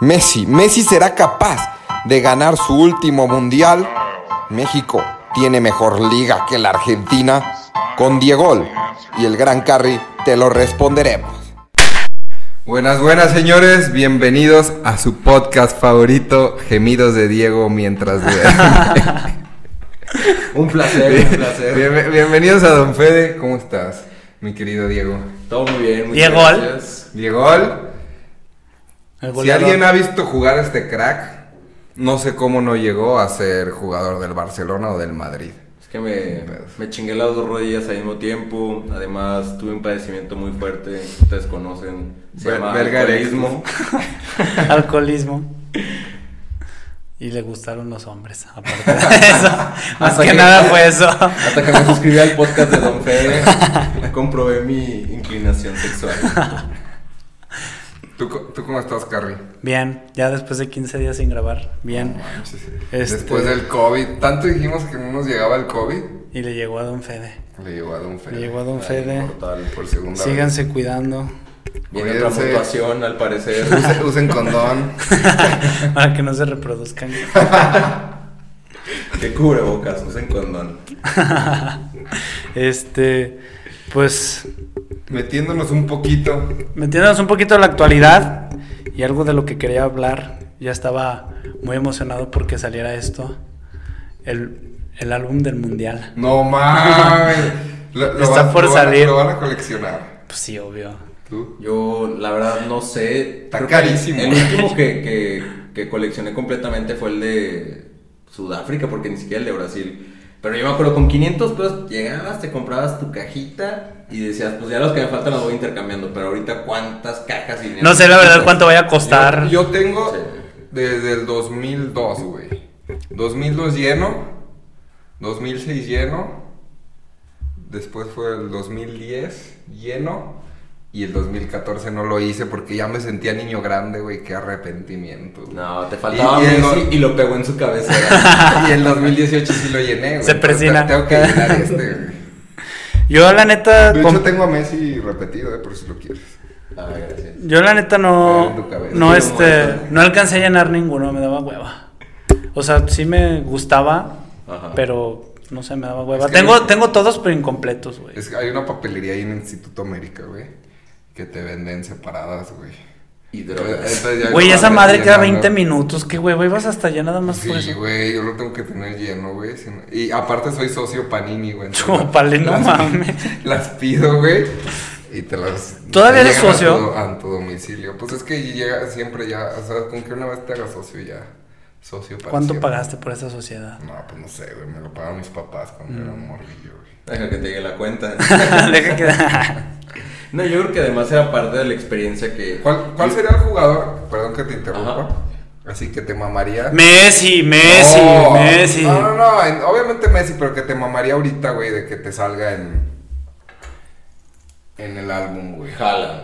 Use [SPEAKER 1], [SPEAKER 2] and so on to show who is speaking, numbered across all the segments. [SPEAKER 1] Messi. Messi será capaz de ganar su último mundial. México tiene mejor liga que la Argentina. Con Diego y el gran Carry te lo responderemos. Buenas, buenas señores, bienvenidos a su podcast favorito, Gemidos de Diego mientras duerme.
[SPEAKER 2] un placer, un placer.
[SPEAKER 1] Bien- bienvenidos a Don Fede, ¿cómo estás, mi querido Diego?
[SPEAKER 2] Todo muy bien, muchas
[SPEAKER 3] Diego.
[SPEAKER 2] gracias.
[SPEAKER 1] Diego,
[SPEAKER 3] El
[SPEAKER 1] si
[SPEAKER 3] goleador.
[SPEAKER 1] alguien ha visto jugar a este crack, no sé cómo no llegó a ser jugador del Barcelona o del Madrid.
[SPEAKER 2] Es que me, me chingué las dos rodillas al mismo tiempo. Además, tuve un padecimiento muy fuerte. Ustedes conocen. Se
[SPEAKER 1] Ver-
[SPEAKER 2] llama
[SPEAKER 1] verga
[SPEAKER 2] alcoholismo.
[SPEAKER 3] Alcoholismo. Y le gustaron los hombres, aparte de eso. Más
[SPEAKER 2] Hasta
[SPEAKER 3] que,
[SPEAKER 2] que-
[SPEAKER 3] nada fue eso.
[SPEAKER 2] Hasta que me suscribí al podcast de Don Fede, comprobé mi inclinación sexual.
[SPEAKER 1] ¿Tú, co- tú cómo estás, Carry?
[SPEAKER 3] Bien, ya después de 15 días sin grabar, bien. Este-
[SPEAKER 1] Después del COVID, tanto dijimos que no nos llegaba el COVID,
[SPEAKER 3] Y le llegó a Don Fede.
[SPEAKER 1] le llegó a Don Fede.
[SPEAKER 3] Le llegó a Don
[SPEAKER 2] Ay,
[SPEAKER 3] Fede.
[SPEAKER 2] mortal.
[SPEAKER 1] por segunda vez.
[SPEAKER 3] Síganse cuidando
[SPEAKER 2] Viene otra
[SPEAKER 1] Cuídense.
[SPEAKER 2] mutación, al parecer.
[SPEAKER 1] Usen- Eh, usen condón.
[SPEAKER 3] para que no se reproduzcan.
[SPEAKER 2] Que cubrebocas, usen condón.
[SPEAKER 3] Este, pues,
[SPEAKER 1] Metiéndonos un poquito.
[SPEAKER 3] metiéndonos un poquito a la actualidad y algo de lo que quería hablar. Ya estaba muy emocionado porque saliera esto. El, el álbum del mundial.
[SPEAKER 1] No mames. Lo, lo
[SPEAKER 3] Está
[SPEAKER 1] van-
[SPEAKER 3] por
[SPEAKER 1] lo van a-
[SPEAKER 3] salir.
[SPEAKER 1] Lo van a coleccionar.
[SPEAKER 3] Pues sí, obvio.
[SPEAKER 1] Tú.
[SPEAKER 2] Yo, la verdad, no sé.
[SPEAKER 1] Está
[SPEAKER 2] Creo que el-
[SPEAKER 1] carísimo.
[SPEAKER 2] El último que, que, que coleccioné completamente fue el de Sudáfrica, porque ni siquiera el de Brasil. Pero yo me acuerdo, con 500 pesos llegabas, te comprabas tu cajita y decías, pues ya los que me faltan los voy intercambiando. Pero ahorita, ¿cuántas cajas? y-
[SPEAKER 3] No sé la verdad cuánto vaya a costar.
[SPEAKER 1] Yo tengo
[SPEAKER 2] Sí.
[SPEAKER 1] desde el 2002, güey. 2002 lleno. 2006 lleno. Después fue el 2010 lleno. Y el 2014 no lo hice porque ya me sentía niño grande, güey. Qué arrepentimiento. güey.
[SPEAKER 2] No, te faltaba
[SPEAKER 1] Y- y el
[SPEAKER 2] Messi
[SPEAKER 1] do-
[SPEAKER 2] y lo pegó en su cabeza. Ah,
[SPEAKER 1] y el 2018 sí lo llené, güey.
[SPEAKER 3] Se
[SPEAKER 1] Pero te-
[SPEAKER 3] persina.
[SPEAKER 1] Tengo que llenar este, güey.
[SPEAKER 3] Yo la neta,
[SPEAKER 1] De
[SPEAKER 3] com-
[SPEAKER 1] hecho, tengo a Messi repetido, eh, por si lo quieres.
[SPEAKER 2] Ah, gracias.
[SPEAKER 3] yo la neta
[SPEAKER 1] En
[SPEAKER 3] no,
[SPEAKER 1] tu cabeza.
[SPEAKER 3] no
[SPEAKER 2] Sí,
[SPEAKER 3] este,
[SPEAKER 2] muerto.
[SPEAKER 3] no alcancé a llenar ninguno, me daba hueva. O sea, sí me gustaba,
[SPEAKER 2] Ajá.
[SPEAKER 3] pero no sé, me daba hueva.
[SPEAKER 1] Es que-
[SPEAKER 3] tengo, tengo todos pero incompletos, güey.
[SPEAKER 1] Es que hay una papelería ahí en el Instituto América, güey, que te venden separadas, güey.
[SPEAKER 2] Y drogas.
[SPEAKER 1] Entonces ya
[SPEAKER 3] Güey,
[SPEAKER 1] no
[SPEAKER 3] esa
[SPEAKER 1] vas
[SPEAKER 3] madre queda
[SPEAKER 1] llenando.
[SPEAKER 3] 20 minutos, qué hueva, ibas hasta allá nada más por
[SPEAKER 1] Sí,
[SPEAKER 3] eso.
[SPEAKER 1] güey, yo lo tengo que tener lleno, güey. si no- Y aparte soy socio Panini, güey. entonces
[SPEAKER 3] Chúpale, no
[SPEAKER 1] las-
[SPEAKER 3] mames.
[SPEAKER 1] Las pido, güey, y te las...
[SPEAKER 3] ¿Todavía
[SPEAKER 1] te
[SPEAKER 3] eres
[SPEAKER 1] llegan a
[SPEAKER 3] socio?
[SPEAKER 1] tu- A tu, domicilio. Pues es que llega siempre ya, o sea, con que una vez te hagas socio ya, socio para
[SPEAKER 3] ¿Cuánto
[SPEAKER 1] siempre.
[SPEAKER 3] pagaste por esa sociedad?
[SPEAKER 1] No, pues no sé, güey, me lo pagaron mis papás cuando era
[SPEAKER 3] Mm.
[SPEAKER 1] morrillo, güey.
[SPEAKER 2] Deja que te llegue la cuenta.
[SPEAKER 3] Deja que...
[SPEAKER 2] No, yo creo que además era parte de la experiencia que.
[SPEAKER 1] ¿Cuál, cuál sería el jugador? Perdón que te interrumpa.
[SPEAKER 2] Ajá.
[SPEAKER 1] Así que te mamaría.
[SPEAKER 3] Messi, Messi,
[SPEAKER 1] No,
[SPEAKER 3] Messi.
[SPEAKER 1] No, no, no. en- obviamente Messi, pero que te mamaría ahorita, güey, de que te salga en. En el álbum, güey.
[SPEAKER 2] Haaland.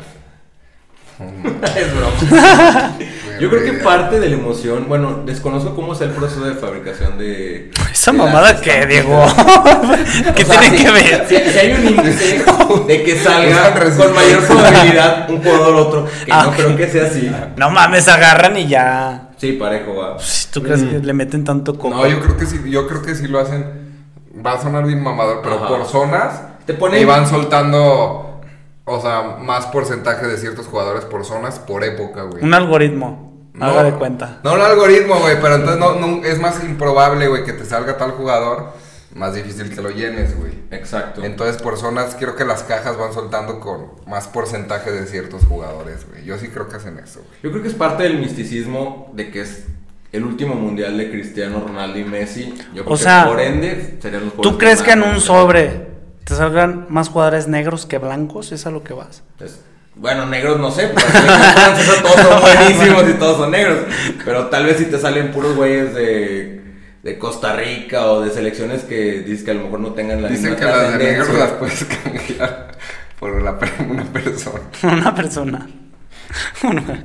[SPEAKER 1] Mm,
[SPEAKER 2] es broma.
[SPEAKER 1] güey,
[SPEAKER 2] Yo creo que
[SPEAKER 1] güey.
[SPEAKER 2] parte de la emoción, bueno, desconozco cómo es el proceso de fabricación de.
[SPEAKER 3] Esa
[SPEAKER 2] de las
[SPEAKER 3] mamada que,
[SPEAKER 2] estampitas.
[SPEAKER 3] Diego. ¿Qué
[SPEAKER 2] O sea,
[SPEAKER 3] tiene
[SPEAKER 2] si-
[SPEAKER 3] que ver?
[SPEAKER 2] Si, si hay un índice de que
[SPEAKER 1] Están
[SPEAKER 2] salga con
[SPEAKER 1] resultando.
[SPEAKER 2] mayor probabilidad un jugador otro, que
[SPEAKER 3] Ah,
[SPEAKER 2] no
[SPEAKER 3] ok.
[SPEAKER 2] creo que sea así.
[SPEAKER 3] No mames, agarran y ya.
[SPEAKER 2] Sí, parejo, va.
[SPEAKER 3] Pues, ¿Tú crees que le meten tanto coco?
[SPEAKER 1] Mm. No, yo creo que sí, yo creo que sí lo hacen. Va a sonar bien mamador, pero
[SPEAKER 2] Ajá.
[SPEAKER 1] por zonas.
[SPEAKER 2] Te ponen-
[SPEAKER 1] Y van soltando. O sea, más porcentaje de ciertos jugadores por zonas por época, güey.
[SPEAKER 3] Un algoritmo.
[SPEAKER 1] No,
[SPEAKER 3] Haga de cuenta.
[SPEAKER 1] No un algoritmo, güey, pero entonces no, no- es más improbable, güey, que te salga tal jugador, más difícil que lo llenes, güey.
[SPEAKER 2] Exacto.
[SPEAKER 1] Entonces, por zonas, creo que las cajas van soltando con más porcentaje de ciertos jugadores, güey. Yo sí creo que hacen eso, güey.
[SPEAKER 2] Yo creo que es parte del misticismo de que es el último mundial de Cristiano Ronaldo y Messi. Yo creo
[SPEAKER 3] O
[SPEAKER 2] que
[SPEAKER 3] sea,
[SPEAKER 2] por ende serían
[SPEAKER 1] Pues,
[SPEAKER 2] los
[SPEAKER 3] ¿Tú
[SPEAKER 2] jugadores
[SPEAKER 3] crees que en
[SPEAKER 2] más-
[SPEAKER 3] un sobre te salgan más jugadores negros que blancos? ¿Es a lo que vas?
[SPEAKER 2] Es- bueno, negros no sé, porque todos son buenísimos y todos son negros. Pero tal vez si te salen puros güeyes de, de Costa Rica o de selecciones que dices que a lo mejor no tengan la
[SPEAKER 1] Dicen
[SPEAKER 2] misma
[SPEAKER 1] que las de negros
[SPEAKER 2] trascendencia.
[SPEAKER 1] las puedes cambiar por la per- una persona.
[SPEAKER 3] Una persona. Una-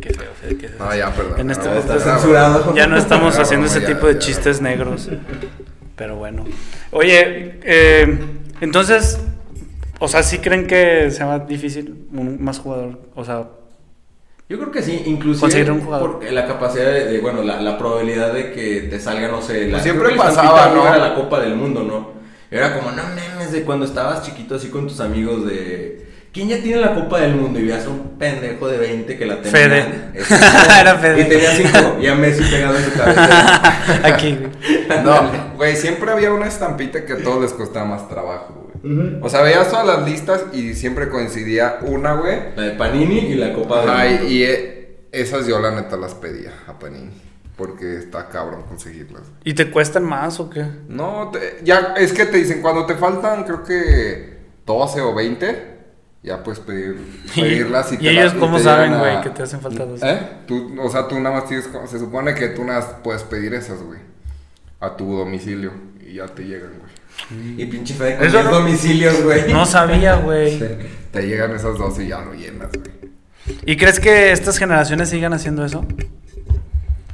[SPEAKER 3] Qué feo, Fede, qué feo.
[SPEAKER 1] No, ya, perdón.
[SPEAKER 3] En este
[SPEAKER 1] No,
[SPEAKER 3] podcast
[SPEAKER 1] está
[SPEAKER 2] censurado.
[SPEAKER 3] Ya no estamos
[SPEAKER 1] Ya,
[SPEAKER 3] haciendo
[SPEAKER 1] bueno,
[SPEAKER 3] ese
[SPEAKER 1] ya,
[SPEAKER 3] tipo de
[SPEAKER 1] ya.
[SPEAKER 3] chistes negros. Pero bueno. Oye, eh, entonces, o sea, ¿sí creen que sea más difícil un- más jugador? O sea,
[SPEAKER 2] Yo creo que sí, inclusive
[SPEAKER 3] Conseguir un jugador.
[SPEAKER 2] por la capacidad de, de, bueno, la, la probabilidad de que te salga, no sé, la
[SPEAKER 4] Pues siempre
[SPEAKER 2] creo que el San
[SPEAKER 4] pasaba,
[SPEAKER 2] Pita
[SPEAKER 4] ¿no?
[SPEAKER 2] Era la Copa del Mundo, ¿no? Era como, no mames, de cuando estabas chiquito así con tus amigos de ¿Quién ya tiene la Copa del Mundo? Y veías un pendejo de 20 que la tenía.
[SPEAKER 3] Fede.
[SPEAKER 2] Exacto.
[SPEAKER 3] Era Fede.
[SPEAKER 2] Y tenía 5 y a Messi pegado en su cabeza.
[SPEAKER 3] Aquí, güey.
[SPEAKER 4] No.
[SPEAKER 1] No, güey, siempre había una estampita que a todos les costaba más trabajo, güey. O sea, veías todas las listas y siempre coincidía una, güey.
[SPEAKER 2] La de Panini y la Copa del
[SPEAKER 1] Ay,
[SPEAKER 2] Mundo.
[SPEAKER 1] y eh, esas yo la neta las pedía a Panini. Porque está cabrón conseguirlas.
[SPEAKER 3] ¿Y te cuestan más o qué?
[SPEAKER 1] No, te- ya es que te dicen, cuando te faltan, creo que 12 o 20, ya puedes pedir, pedirlas y,
[SPEAKER 3] ¿Y
[SPEAKER 1] te
[SPEAKER 3] ellos
[SPEAKER 1] las- y
[SPEAKER 3] cómo
[SPEAKER 1] te
[SPEAKER 3] saben,
[SPEAKER 1] llegan a-
[SPEAKER 3] güey, que te hacen falta dos?
[SPEAKER 1] ¿Eh? Tú, o sea, tú nada más tienes, co- se supone que tú nada más puedes pedir esas, güey, a tu domicilio y ya te llegan, güey.
[SPEAKER 2] Y pinche Fede con
[SPEAKER 3] Eso
[SPEAKER 2] 10
[SPEAKER 3] no-
[SPEAKER 2] domicilios, güey.
[SPEAKER 3] No sabía, güey.
[SPEAKER 1] Te llegan esas dos y ya lo llenas, güey.
[SPEAKER 3] ¿Y crees que estas generaciones sigan haciendo eso?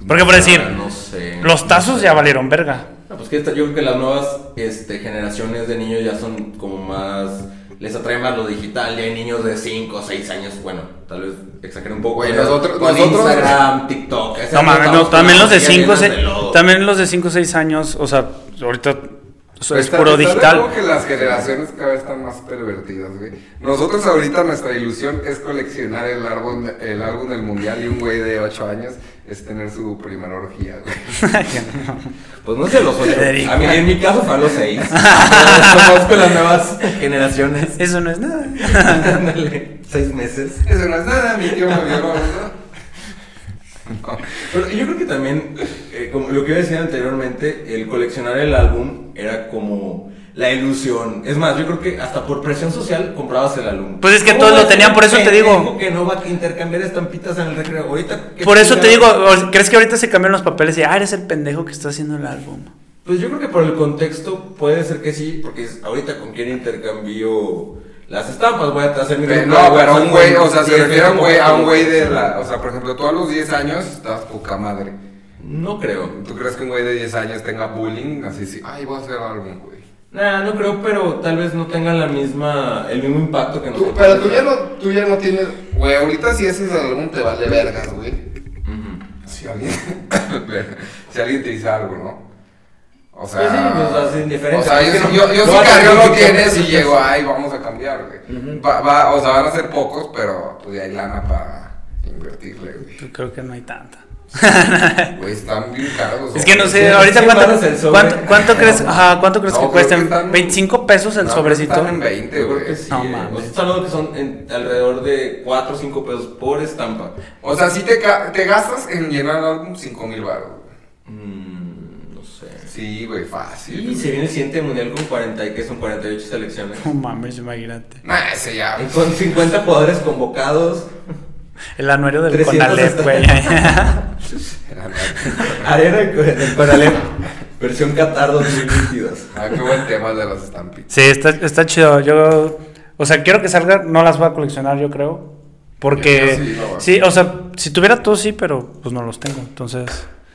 [SPEAKER 3] Porque por decir,
[SPEAKER 2] Ah, no sé.
[SPEAKER 3] los tazos ya valieron verga.
[SPEAKER 2] No, pues que esta- yo creo que las nuevas este, generaciones de niños ya son como más. Les atrae más lo digital. Ya hay niños de 5 o 6 años. Bueno, tal vez exagere un poco.
[SPEAKER 1] Güey,
[SPEAKER 2] pero
[SPEAKER 1] nosotros-
[SPEAKER 2] con
[SPEAKER 1] nosotros-
[SPEAKER 2] Instagram, TikTok. ese
[SPEAKER 3] No, mames,
[SPEAKER 2] estamos
[SPEAKER 3] no,
[SPEAKER 2] con
[SPEAKER 3] también los de
[SPEAKER 2] las
[SPEAKER 3] 5
[SPEAKER 2] sillas llenas de lodo.
[SPEAKER 3] también los de 5 6 años, o sea, ahorita o sea, es
[SPEAKER 1] Está-
[SPEAKER 3] puro
[SPEAKER 1] está de
[SPEAKER 3] digital.
[SPEAKER 1] acuerdo que las generaciones cada vez están más pervertidas, güey. Nosotros ahorita nuestra ilusión es coleccionar el álbum, el álbum del mundial y un güey de 8 años es tener su primera orgía, güey.
[SPEAKER 2] Pues no sé, los ocho.
[SPEAKER 3] Federico.
[SPEAKER 2] A mí, en mi caso, fue a los 6. Conozco las nuevas generaciones.
[SPEAKER 3] Eso no es nada.
[SPEAKER 2] Ándale, 6 meses.
[SPEAKER 1] Eso no es nada, mi tío me violó, ¿verdad?
[SPEAKER 2] Pero yo creo que también, eh, como lo que iba a decir anteriormente, el coleccionar el álbum era como la ilusión. Es más, yo creo que hasta por presión social comprabas el álbum.
[SPEAKER 3] Pues es que
[SPEAKER 2] ¿Cómo
[SPEAKER 3] todos
[SPEAKER 2] va
[SPEAKER 3] lo
[SPEAKER 2] a ser
[SPEAKER 3] tenían,
[SPEAKER 2] un
[SPEAKER 3] por eso te digo.
[SPEAKER 2] pendejo que no va a intercambiar estampitas en el recreo. Ahorita. ¿qué
[SPEAKER 3] Por eso te digo,
[SPEAKER 2] chingados?
[SPEAKER 3] o- ¿crees que ahorita se cambian los papeles y ah, eres el pendejo que está haciendo el álbum?
[SPEAKER 2] Pues yo creo que por el contexto puede ser que sí, porque es- ahorita con quién intercambio las estampas, voy a hacer mi
[SPEAKER 1] Pero,
[SPEAKER 2] regalo,
[SPEAKER 1] no, pero
[SPEAKER 2] voy a
[SPEAKER 1] un güey, o sea,
[SPEAKER 2] sí,
[SPEAKER 1] se refiere a un güey, a un
[SPEAKER 2] como-
[SPEAKER 1] güey de la. O sea, por ejemplo, tú a los 10 años estás poca madre.
[SPEAKER 2] No creo.
[SPEAKER 1] ¿Tú crees que un güey de 10 años tenga bullying? Así, sí, ay, voy a hacer álbum, güey.
[SPEAKER 2] Nah, no creo, pero tal vez no tengan la misma, el mismo impacto que
[SPEAKER 1] Tú-
[SPEAKER 2] nosotros.
[SPEAKER 1] pero tú ya, no, tú ya no tienes. Güey, ahorita si haces álbum te vale vergas, güey.
[SPEAKER 2] Ujú.
[SPEAKER 1] Si alguien. si alguien te dice algo, ¿no? O sea.
[SPEAKER 2] Pues sí, pues, o sea, es indiferente.
[SPEAKER 1] O sea, yo,
[SPEAKER 2] Es que
[SPEAKER 1] yo,
[SPEAKER 2] no-
[SPEAKER 1] yo
[SPEAKER 2] no
[SPEAKER 1] sí
[SPEAKER 2] va a
[SPEAKER 1] cargué
[SPEAKER 2] tener
[SPEAKER 1] lo
[SPEAKER 2] que
[SPEAKER 1] tienes y
[SPEAKER 2] cambiar.
[SPEAKER 1] llego, ay, vamos a cambiar, güey. Va- va- o sea, van a ser pocos, pero pues ya hay lana para invertirle, güey.
[SPEAKER 3] Yo creo que no hay tanta.
[SPEAKER 1] Güey, están bien caros. los
[SPEAKER 3] Es que no
[SPEAKER 1] sobres.
[SPEAKER 3] sé,
[SPEAKER 2] sí,
[SPEAKER 3] ahorita
[SPEAKER 2] sí,
[SPEAKER 3] cuánto,
[SPEAKER 2] mandas el sobre.
[SPEAKER 3] cuánto, cuánto crees, ajá, cuánto crees
[SPEAKER 1] No,
[SPEAKER 3] que
[SPEAKER 1] creo
[SPEAKER 3] cuesten
[SPEAKER 1] que están-
[SPEAKER 3] 25 pesos el
[SPEAKER 1] No,
[SPEAKER 3] sobrecito.
[SPEAKER 1] Están en 20,
[SPEAKER 2] Yo creo que
[SPEAKER 1] güey.
[SPEAKER 2] sí.
[SPEAKER 3] No
[SPEAKER 2] eh.
[SPEAKER 3] mames.
[SPEAKER 2] O sea, estás hablando que son en- alrededor de 4 o 5 pesos por estampa.
[SPEAKER 1] O sea, sí te, ca- te gastas en llenar el álbum 5 mil baros.
[SPEAKER 2] Mm, no sé.
[SPEAKER 1] Sí, güey, fácil.
[SPEAKER 2] Y se viene el siguiente mundial con 40 y que son 48 selecciones.
[SPEAKER 3] No mames, imagínate.
[SPEAKER 1] Nah, ese ya.
[SPEAKER 2] Y Con 50 jugadores convocados.
[SPEAKER 3] El anuario del
[SPEAKER 2] 360.
[SPEAKER 3] Conalep, güey.
[SPEAKER 2] Arena en Conalep. Versión Qatar 2022.
[SPEAKER 1] Ah, qué buen tema el de las estampitas.
[SPEAKER 3] Sí, está, está chido. Yo, o sea, quiero que salga, no las voy a coleccionar, yo creo. Porque,
[SPEAKER 1] Yo sí, no, güey.
[SPEAKER 3] sí, o sea, si tuviera todo, sí, pero pues no los tengo, entonces.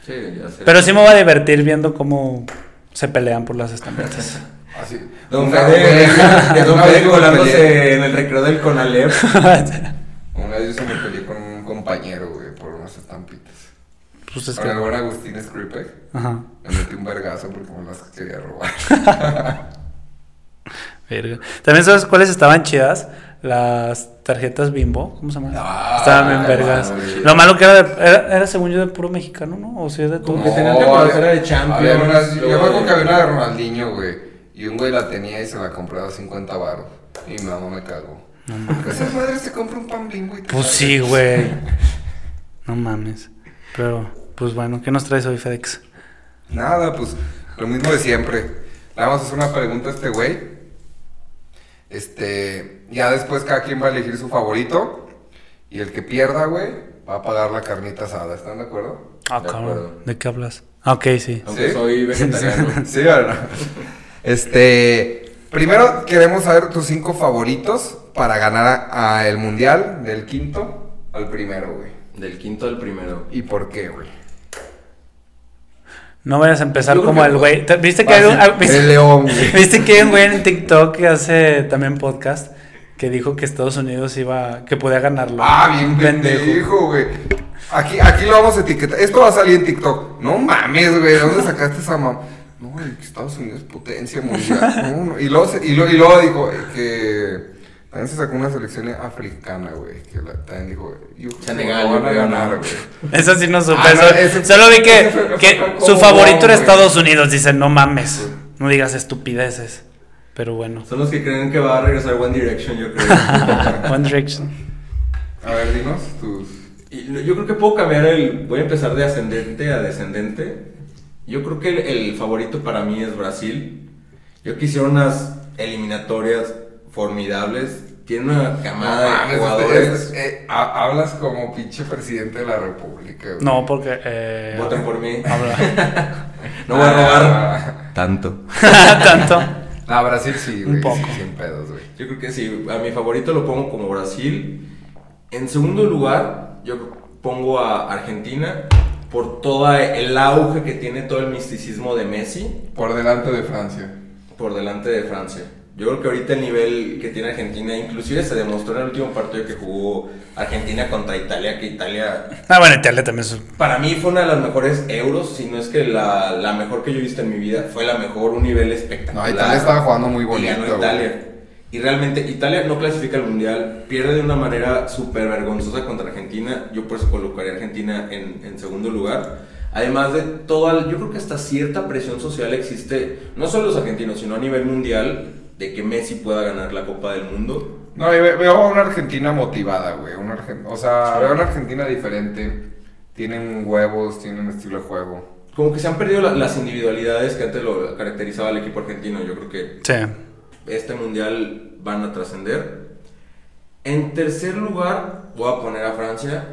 [SPEAKER 2] Sí, ya sé.
[SPEAKER 3] Pero sí me va a divertir viendo cómo se pelean por las estampitas.
[SPEAKER 1] Así.
[SPEAKER 2] Don
[SPEAKER 1] Una
[SPEAKER 2] Fede,
[SPEAKER 1] vez-
[SPEAKER 2] Don
[SPEAKER 1] una
[SPEAKER 2] Fede
[SPEAKER 1] vez yo me peleé-
[SPEAKER 2] colándose en el recreo del Conalep.
[SPEAKER 1] Una vez yo se me peleé con un compañero, güey, por unas estampitas.
[SPEAKER 3] pues es
[SPEAKER 1] Con el
[SPEAKER 3] que.
[SPEAKER 1] buen Agustín Scripe.
[SPEAKER 3] Ajá.
[SPEAKER 1] Me metí un vergazo porque me las quería robar.
[SPEAKER 3] Verga. También sabes cuáles estaban chidas. Las tarjetas bimbo, ¿cómo se llaman?
[SPEAKER 1] Ah,
[SPEAKER 3] estaban bien vergas.
[SPEAKER 1] madre.
[SPEAKER 3] Lo malo que era, de- era, era, según yo, de puro mexicano, ¿no? O sea, de todo.
[SPEAKER 2] Como que tenían que conocer
[SPEAKER 1] había-
[SPEAKER 2] a de Champions,
[SPEAKER 1] había unas- yo
[SPEAKER 2] luego
[SPEAKER 1] me acuerdo
[SPEAKER 2] de-
[SPEAKER 1] que había una de Ronaldinho, güey. Y un güey la tenía y se la compraba a 50 baros. Y mi mamá me cagó. Esas madres se compra un pan bimbo y te
[SPEAKER 3] Pues
[SPEAKER 1] sale.
[SPEAKER 3] sí, güey. No mames. Pero, pues bueno, ¿qué nos traes hoy, FedEx?
[SPEAKER 1] Nada, pues lo mismo de siempre. Le vamos a hacer una pregunta a este güey. Este, ya después cada quien va a elegir su favorito. Y el que pierda, güey, va a pagar la carnita asada. ¿Están de acuerdo?
[SPEAKER 3] Ah,
[SPEAKER 2] De acuerdo.
[SPEAKER 3] cabrón. ¿De qué hablas? Ah, Ok, sí.
[SPEAKER 2] Aunque
[SPEAKER 1] ¿Sí?
[SPEAKER 2] soy vegetariano.
[SPEAKER 1] sí, o no? Este, primero queremos saber tus cinco favoritos para ganar a, a el mundial del quinto al primero, güey.
[SPEAKER 2] Del quinto al primero.
[SPEAKER 1] ¿Y por qué, güey?
[SPEAKER 3] No vayas a empezar
[SPEAKER 2] Yo creo
[SPEAKER 3] como
[SPEAKER 2] que-
[SPEAKER 3] el güey. ¿Te- ¿Viste que
[SPEAKER 1] Va a
[SPEAKER 3] hay un,
[SPEAKER 1] ser
[SPEAKER 3] ah, viste-
[SPEAKER 1] el león, güey.
[SPEAKER 3] ¿Viste que hay un güey en TikTok que hace también podcast? que dijo que Estados Unidos iba, que podía ganarlo.
[SPEAKER 1] Ah, bien
[SPEAKER 3] Un
[SPEAKER 1] pendejo, güey. Aquí, aquí lo vamos a etiquetar. Esto va a salir en TikTok. No mames, güey. ¿De dónde sacaste esa mamá? No, güey, que Estados Unidos es potencia mundial. No, no. Y, luego, se- y, luego, y luego dijo eh, que también se sacó una selección africana, güey. Que la, también dijo, yo creo que
[SPEAKER 2] Senegal,
[SPEAKER 1] no van a
[SPEAKER 2] yo creo,
[SPEAKER 1] ganar,
[SPEAKER 2] ¿no?
[SPEAKER 1] güey.
[SPEAKER 3] Eso sí no supe.
[SPEAKER 1] Ah, no,
[SPEAKER 3] eso-
[SPEAKER 1] ese-
[SPEAKER 3] solo vi que,
[SPEAKER 1] ese fue-
[SPEAKER 3] que
[SPEAKER 1] fue como
[SPEAKER 3] su favorito
[SPEAKER 1] hombre.
[SPEAKER 3] era Estados Unidos. Dicen, no mames, no digas estupideces. Pero bueno.
[SPEAKER 2] Son los que creen que va a regresar One Direction, yo creo.
[SPEAKER 3] One Direction.
[SPEAKER 1] A ver, dinos tus.
[SPEAKER 2] Y lo- yo creo que puedo cambiar el. Voy a empezar de ascendente a descendente. Yo creo que el, el favorito para mí es Brasil. Yo quisiera unas eliminatorias formidables. Tiene una camada de
[SPEAKER 1] Mames,
[SPEAKER 2] jugadores.
[SPEAKER 1] este- este- eh, ha- hablas como pinche presidente de la república, güey.
[SPEAKER 3] No, porque. eh,
[SPEAKER 2] Voten por mí.
[SPEAKER 3] habla-
[SPEAKER 2] No voy a robar
[SPEAKER 1] Ah,
[SPEAKER 2] tanto.
[SPEAKER 3] Tanto.
[SPEAKER 1] Ah, Brasil sí,
[SPEAKER 3] Un
[SPEAKER 1] güey.
[SPEAKER 3] poco.
[SPEAKER 1] sí, sin pedos, güey.
[SPEAKER 2] Yo creo que sí. A mi favorito lo pongo como Brasil. En segundo lugar, yo pongo a Argentina por todo el auge que tiene todo el misticismo de Messi.
[SPEAKER 1] Por delante de Francia.
[SPEAKER 2] por delante de Francia. Yo creo que ahorita el nivel que tiene Argentina, inclusive se demostró en el último partido que jugó Argentina contra Italia, que Italia
[SPEAKER 3] Ah, bueno, Italia también es.
[SPEAKER 2] para mí fue una de las mejores euros, si no es que la, la mejor que yo he visto en mi vida, fue la mejor, un nivel espectacular.
[SPEAKER 1] No, Italia estaba jugando muy
[SPEAKER 2] Y
[SPEAKER 1] bonito,
[SPEAKER 2] ganó
[SPEAKER 1] güey.
[SPEAKER 2] Italia. Y realmente Italia no clasifica al Mundial, pierde de una manera súper vergonzosa contra Argentina. Yo por eso colocaría a Argentina en, en segundo lugar. Además de toda, el- yo creo que hasta cierta presión social existe, no solo los argentinos, sino a nivel mundial, de que Messi pueda ganar la Copa del Mundo.
[SPEAKER 1] No, y ve- veo a una Argentina motivada, güey. Una Argen- O sea, veo a una Argentina diferente. Tienen huevos, tienen estilo de juego.
[SPEAKER 2] Como que se han perdido la- las individualidades que antes lo caracterizaba el equipo argentino. Yo creo que
[SPEAKER 3] Sí.
[SPEAKER 2] este mundial van a trascender. En tercer lugar, voy a poner a Francia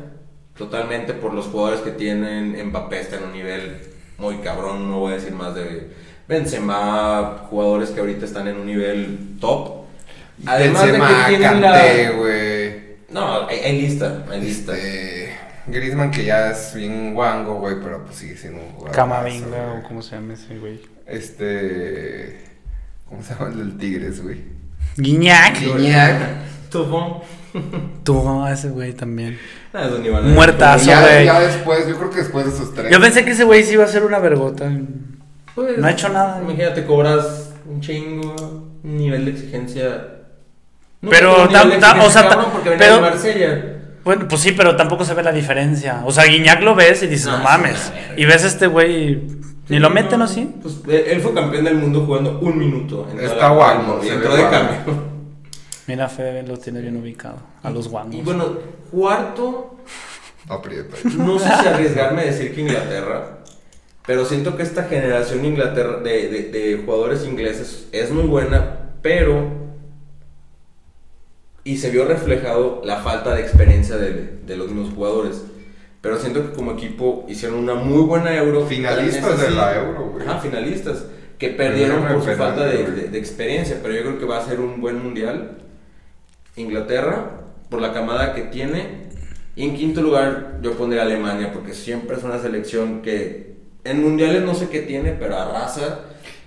[SPEAKER 2] totalmente por los jugadores que tienen. Mbappé está en un nivel muy cabrón, no voy a decir más de Benzema, jugadores que ahorita están en un nivel top. Además de
[SPEAKER 1] Benzema,
[SPEAKER 2] que tienen
[SPEAKER 1] Kanté,
[SPEAKER 2] la...
[SPEAKER 1] güey.
[SPEAKER 2] No, hay, hay lista, hay lista.
[SPEAKER 1] Este, Griezmann que ya es bien guango, güey, pero pues sigue siendo un jugador.
[SPEAKER 3] Camavinga o como se llama ese güey.
[SPEAKER 1] Este... ¿Cómo se llama el del Tigres, güey?
[SPEAKER 3] Guiñac.
[SPEAKER 1] Guiñac.
[SPEAKER 2] Tufo.
[SPEAKER 3] Tú, ese güey también.
[SPEAKER 2] Nada, eso ni van a-
[SPEAKER 3] Muerta. Paso,
[SPEAKER 1] Ya,
[SPEAKER 3] güey.
[SPEAKER 1] ya después, yo creo que después de esos tres.
[SPEAKER 3] Yo pensé que ese güey sí iba a ser una vergota.
[SPEAKER 2] Pues,
[SPEAKER 3] No ha hecho nada.
[SPEAKER 2] Imagínate, cobras un chingo, un nivel de exigencia.
[SPEAKER 3] Pero
[SPEAKER 2] tuvo un nivel
[SPEAKER 3] tam-
[SPEAKER 2] de
[SPEAKER 3] tam-
[SPEAKER 2] exigencia
[SPEAKER 3] o sea, tam-
[SPEAKER 2] cabrón porque venía
[SPEAKER 3] pero-
[SPEAKER 2] de Marsella.
[SPEAKER 3] Bueno, pues sí, pero tampoco se ve la diferencia. O sea, Guiñac lo ves y dices,
[SPEAKER 2] No,
[SPEAKER 3] no,
[SPEAKER 2] es una
[SPEAKER 3] mames.
[SPEAKER 2] verga.
[SPEAKER 3] Y ves a este güey y ni lo meten, ¿o sí?
[SPEAKER 2] Pues él él fue campeón del mundo jugando un minuto. en toda
[SPEAKER 1] Está
[SPEAKER 2] la-
[SPEAKER 1] guango,
[SPEAKER 2] Y
[SPEAKER 1] se
[SPEAKER 2] entró
[SPEAKER 1] ve
[SPEAKER 2] de
[SPEAKER 1] guango.
[SPEAKER 2] cambio.
[SPEAKER 3] Mira, Fede lo tiene bien ubicado. A los guangos.
[SPEAKER 2] Y bueno, cuarto,
[SPEAKER 1] Aprieto.
[SPEAKER 2] no sé si arriesgarme a decir que Inglaterra. Pero siento que esta generación Inglaterra de, de- de jugadores ingleses es muy buena, pero. Y se vio reflejado la falta de experiencia de, de los mismos jugadores. Pero siento que como equipo hicieron una muy buena Euro.
[SPEAKER 1] Finalistas de la Euro, güey.
[SPEAKER 2] Ajá, finalistas. Que perdieron
[SPEAKER 1] Perdieron
[SPEAKER 2] por su
[SPEAKER 1] el penal,
[SPEAKER 2] falta de,
[SPEAKER 1] güey.
[SPEAKER 2] de- de experiencia. Pero yo creo que va a ser un buen mundial. Inglaterra, por la camada que tiene. Y en quinto lugar, yo pondría Alemania, porque siempre es una selección que en mundiales no sé qué tiene, pero arrasa.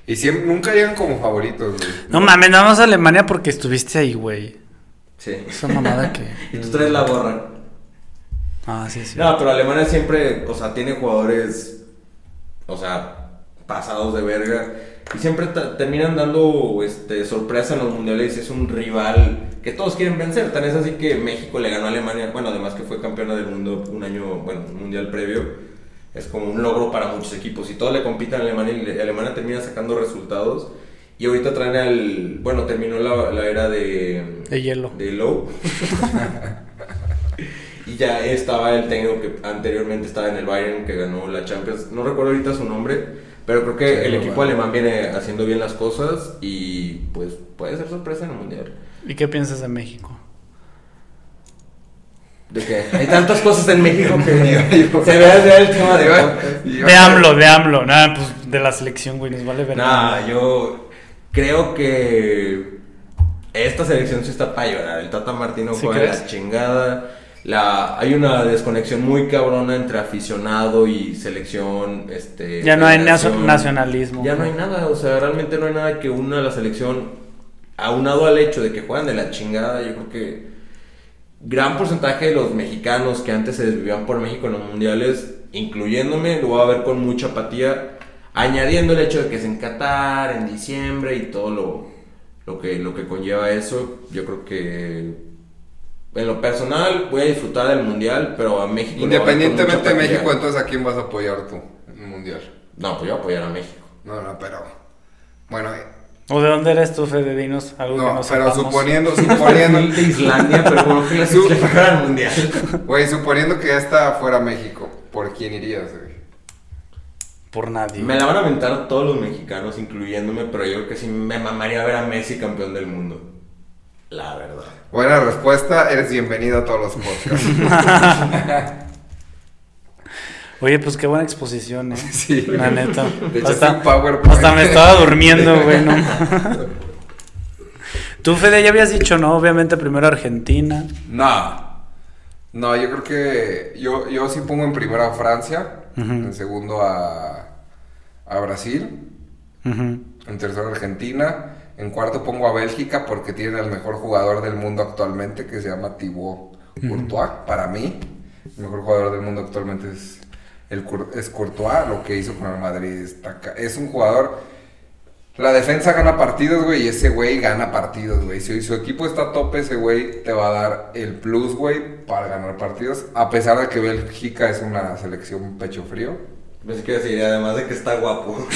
[SPEAKER 1] Y siempre, nunca llegan como favoritos, güey.
[SPEAKER 3] No mames, nada más a Alemania porque estuviste ahí, güey.
[SPEAKER 2] Sí.
[SPEAKER 3] Esa mamada que.
[SPEAKER 2] Y tú traes
[SPEAKER 1] Mm.
[SPEAKER 2] la borra.
[SPEAKER 3] Ah, sí, sí.
[SPEAKER 2] No, pero Alemania siempre, o sea, tiene jugadores, o sea, pasados de verga. Y siempre ta- terminan dando este, sorpresa en los mundiales. Es un rival que todos quieren vencer. Tan es así que México le ganó a Alemania. Bueno, además que fue campeona del mundo un año, bueno, un mundial previo. Es como un logro para muchos equipos. Y todos le compitan a Alemania y le- Alemania termina sacando resultados. Y ahorita traen al. Bueno, terminó la, la era de.
[SPEAKER 3] De hielo.
[SPEAKER 2] De Low. Y ya estaba el técnico que anteriormente estaba en el Bayern, que ganó la Champions. No recuerdo ahorita su nombre, pero creo que
[SPEAKER 1] Sí,
[SPEAKER 2] el
[SPEAKER 1] lo
[SPEAKER 2] equipo
[SPEAKER 1] bueno.
[SPEAKER 2] alemán viene haciendo bien las cosas y pues puede ser sorpresa en el Mundial.
[SPEAKER 3] ¿Y qué piensas de México?
[SPEAKER 2] De que hay tantas cosas en México que se ve se ve el tema de...
[SPEAKER 3] De AMLO, de AMLO. Nada, pues de la selección, güey, nos vale ver.
[SPEAKER 2] Nah, yo creo que esta selección sí está para llorar. El Tata Martino
[SPEAKER 3] ¿Sí
[SPEAKER 2] juega de
[SPEAKER 3] crees?
[SPEAKER 2] la chingada. La, hay una desconexión muy cabrona entre aficionado y selección. Este,
[SPEAKER 3] Ya no hay
[SPEAKER 2] federación.
[SPEAKER 3] nazo- nacionalismo.
[SPEAKER 2] Ya no hay nada, o sea, realmente no hay nada que una a la selección aunado al hecho de que juegan de la chingada, yo creo que gran porcentaje de los mexicanos que antes se desvivían por México en los mundiales, incluyéndome, lo voy a ver con mucha apatía, añadiendo el hecho de que es en Qatar, en diciembre y todo lo, lo, que, lo que conlleva eso. Yo creo que en lo personal voy a disfrutar del mundial, pero a México. lo voy a ver con
[SPEAKER 1] Independientemente de
[SPEAKER 2] mucha apatía.
[SPEAKER 1] México, entonces ¿a quién vas a apoyar tú en el mundial?
[SPEAKER 2] No, pues yo voy a apoyar a México.
[SPEAKER 1] No, no, pero. Bueno, eh,
[SPEAKER 3] ¿O de dónde eres tú, Fede? Dinos algo que
[SPEAKER 1] no,
[SPEAKER 3] no
[SPEAKER 1] pero
[SPEAKER 3] sepamos.
[SPEAKER 1] suponiendo,
[SPEAKER 2] Perfil
[SPEAKER 1] suponiendo.
[SPEAKER 2] de Islandia, pero bueno, que las clasificaron al mundial.
[SPEAKER 1] Güey, suponiendo que ya está fuera México, ¿por quién irías, güey?
[SPEAKER 3] Por nadie.
[SPEAKER 2] Me la van a aventar todos los mexicanos, incluyéndome, pero yo creo que sí me mamaría ver a Messi campeón del mundo. La verdad.
[SPEAKER 1] Buena respuesta, eres bienvenido a todos los podcasts.
[SPEAKER 3] Oye, pues qué buena exposición, ¿eh?
[SPEAKER 1] Sí.
[SPEAKER 3] La neta.
[SPEAKER 1] Te echaste un PowerPoint.
[SPEAKER 3] hasta me estaba durmiendo, güey. no. Tú, Fede, ya habías dicho, ¿no? Obviamente primero Argentina.
[SPEAKER 1] no. No, yo creo que. Yo, yo sí pongo en primero a Francia,
[SPEAKER 3] Ujú.
[SPEAKER 1] en segundo a, a Brasil,
[SPEAKER 3] Ujú.
[SPEAKER 1] en tercero a Argentina, en cuarto pongo a Bélgica porque tiene al mejor jugador del mundo actualmente que se llama Thibaut Courtois. Para mí, el mejor jugador del mundo actualmente es, el, Cour- es Courtois. Lo que hizo con el Madrid está ca- es un jugador. La defensa gana partidos, güey, y ese güey gana partidos, güey. Si su equipo está a tope, ese güey te va a dar el plus, güey, para ganar partidos. A pesar de que Bélgica es una selección pecho frío.
[SPEAKER 2] Pensé Pues que decir, además de que está guapo.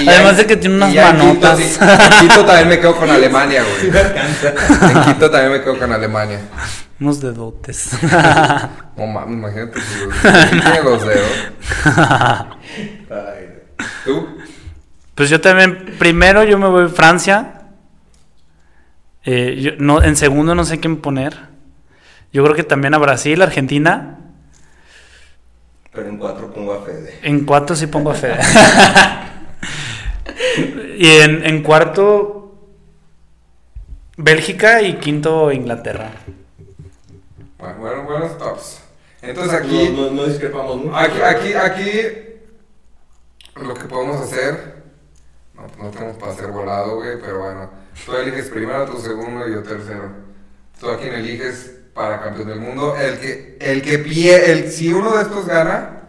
[SPEAKER 1] Y- y-
[SPEAKER 3] Además de que tiene unas
[SPEAKER 1] y ya en
[SPEAKER 3] manotas.
[SPEAKER 1] Quito, sí. En Quito también me quedo con Alemania,
[SPEAKER 2] Sí
[SPEAKER 1] güey.
[SPEAKER 2] me alcanza.
[SPEAKER 1] En Quito también me quedo con Alemania.
[SPEAKER 3] Unos dedotes.
[SPEAKER 1] No mames, imagínate. si los- si Tiene los dedos.
[SPEAKER 2] Ay,
[SPEAKER 1] ¿Tú?
[SPEAKER 3] Pues yo también, primero yo me voy a Francia. Eh, yo- no, en segundo no sé quién poner. Yo creo que también a Brasil, Argentina.
[SPEAKER 2] pero en cuatro pongo a Fede.
[SPEAKER 3] En cuarto sí pongo a Fede. y en, en cuarto, Bélgica y quinto, Inglaterra.
[SPEAKER 1] Bueno, bueno, buenos tops. Entonces
[SPEAKER 2] No,
[SPEAKER 1] Pues aquí,
[SPEAKER 2] no- no discrepamos mucho.
[SPEAKER 1] aquí, aquí, aquí, lo que podemos hacer, no, no tenemos para hacer volado, güey, pero bueno. Tú eliges primero, tú segundo y yo tercero. Tú a quién eliges para campeón del mundo. El que, el que pie, el, si uno de estos gana,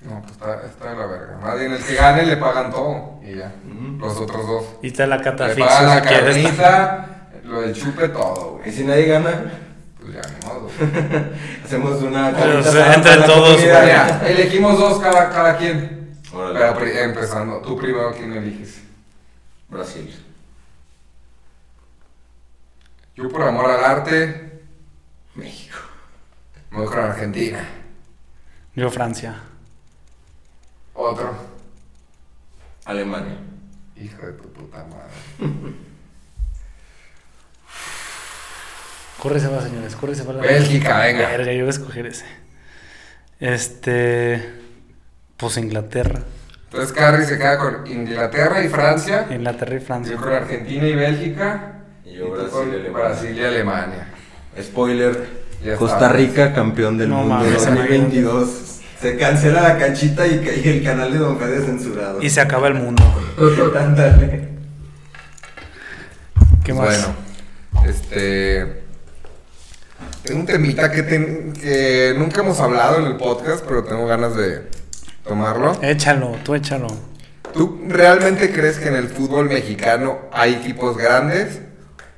[SPEAKER 1] no, pues está, está de la verga. Más bien, el que gane le pagan todo y ya.
[SPEAKER 2] Ujú.
[SPEAKER 1] Los otros dos.
[SPEAKER 3] Y te la
[SPEAKER 1] Le
[SPEAKER 3] catafixia
[SPEAKER 1] pagan la
[SPEAKER 3] si quieres.
[SPEAKER 1] carnita, lo del chupe, todo,
[SPEAKER 2] Y
[SPEAKER 1] güey.
[SPEAKER 2] si nadie gana,
[SPEAKER 1] Pues ya, ni modo.
[SPEAKER 2] hacemos una.
[SPEAKER 3] Pero,
[SPEAKER 2] carnita
[SPEAKER 3] o sea,
[SPEAKER 2] asada
[SPEAKER 3] entre
[SPEAKER 2] para la
[SPEAKER 3] todos,
[SPEAKER 2] comida.
[SPEAKER 1] Mira, ya, elegimos dos cada, cada quien.
[SPEAKER 2] Órale.
[SPEAKER 1] Pero pri- empezando, tú primero, ¿quién eliges?
[SPEAKER 2] Brasil.
[SPEAKER 1] Yo por amor al arte,
[SPEAKER 2] México.
[SPEAKER 1] me voy con Argentina.
[SPEAKER 3] Yo Francia.
[SPEAKER 1] Otro.
[SPEAKER 2] Alemania.
[SPEAKER 1] Hijo de tu puta madre.
[SPEAKER 3] Corre ese va, señores. Corre ese va. la-
[SPEAKER 1] Bélgica, venga.
[SPEAKER 3] Verga, yo voy a escoger ese. Este. Pues Inglaterra.
[SPEAKER 1] Entonces Carrie se queda con Inglaterra y Francia.
[SPEAKER 3] Inglaterra y Francia.
[SPEAKER 1] Yo con Argentina y Bélgica.
[SPEAKER 2] Y yo
[SPEAKER 1] tú
[SPEAKER 2] Brasil
[SPEAKER 1] con
[SPEAKER 2] y Alemania.
[SPEAKER 1] Brasil y Alemania.
[SPEAKER 2] Spoiler.
[SPEAKER 1] Ya
[SPEAKER 2] Costa
[SPEAKER 1] está.
[SPEAKER 2] Rica campeón del
[SPEAKER 3] No
[SPEAKER 2] mundo
[SPEAKER 3] mames,
[SPEAKER 2] 2022. Se cancela la canchita y, ca- y el canal de Don Fede censurado.
[SPEAKER 3] Y se acaba el mundo.
[SPEAKER 2] Ándale.
[SPEAKER 3] ¿Qué más?
[SPEAKER 1] Pues, Bueno, este. Tengo un temita que, ten- que nunca hemos hablado en el podcast, pero tengo ganas de tomarlo.
[SPEAKER 3] Échalo, tú échalo.
[SPEAKER 1] ¿Tú realmente crees que en el fútbol mexicano hay equipos grandes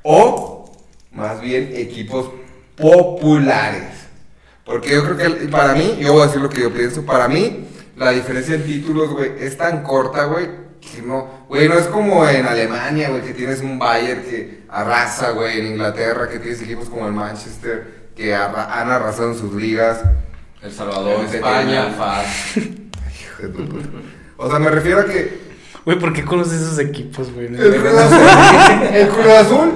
[SPEAKER 1] o más bien equipos populares? Porque yo creo que el- para mí, yo voy a decir lo que yo pienso, para mí la diferencia en títulos, güey, es tan corta, güey, que no, güey, no es como en Alemania, güey, que tienes un Bayern que arrasa, güey, en Inglaterra, que tienes equipos como el Manchester, que arra- han arrasado en sus ligas.
[SPEAKER 2] El Salvador,
[SPEAKER 1] España.
[SPEAKER 2] España, Faz.
[SPEAKER 1] Hijo de tu puta. O sea, me refiero a que
[SPEAKER 3] Güey, ¿por qué conoces esos equipos, güey?
[SPEAKER 1] El Cruz Azul, el Cruz Azul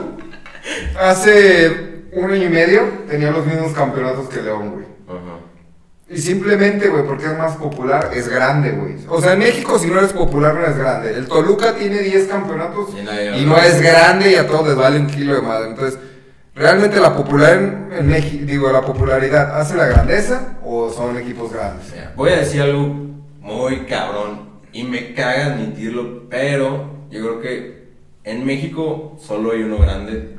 [SPEAKER 1] hace un año y medio tenía los mismos campeonatos que León, güey. Y simplemente, güey, porque es más popular, es grande, güey. O sea, en México si no eres popular no es grande. El Toluca tiene 10 campeonatos
[SPEAKER 2] Y nadie
[SPEAKER 1] y
[SPEAKER 2] habla.
[SPEAKER 1] no es grande y a todos les vale un kilo de madre. Entonces, ¿realmente la popular en, México, digo, la popularidad hace la grandeza o son equipos grandes?
[SPEAKER 2] Mira, Voy a decir algo muy cabrón y me caga admitirlo, pero yo creo que En México solo hay uno grande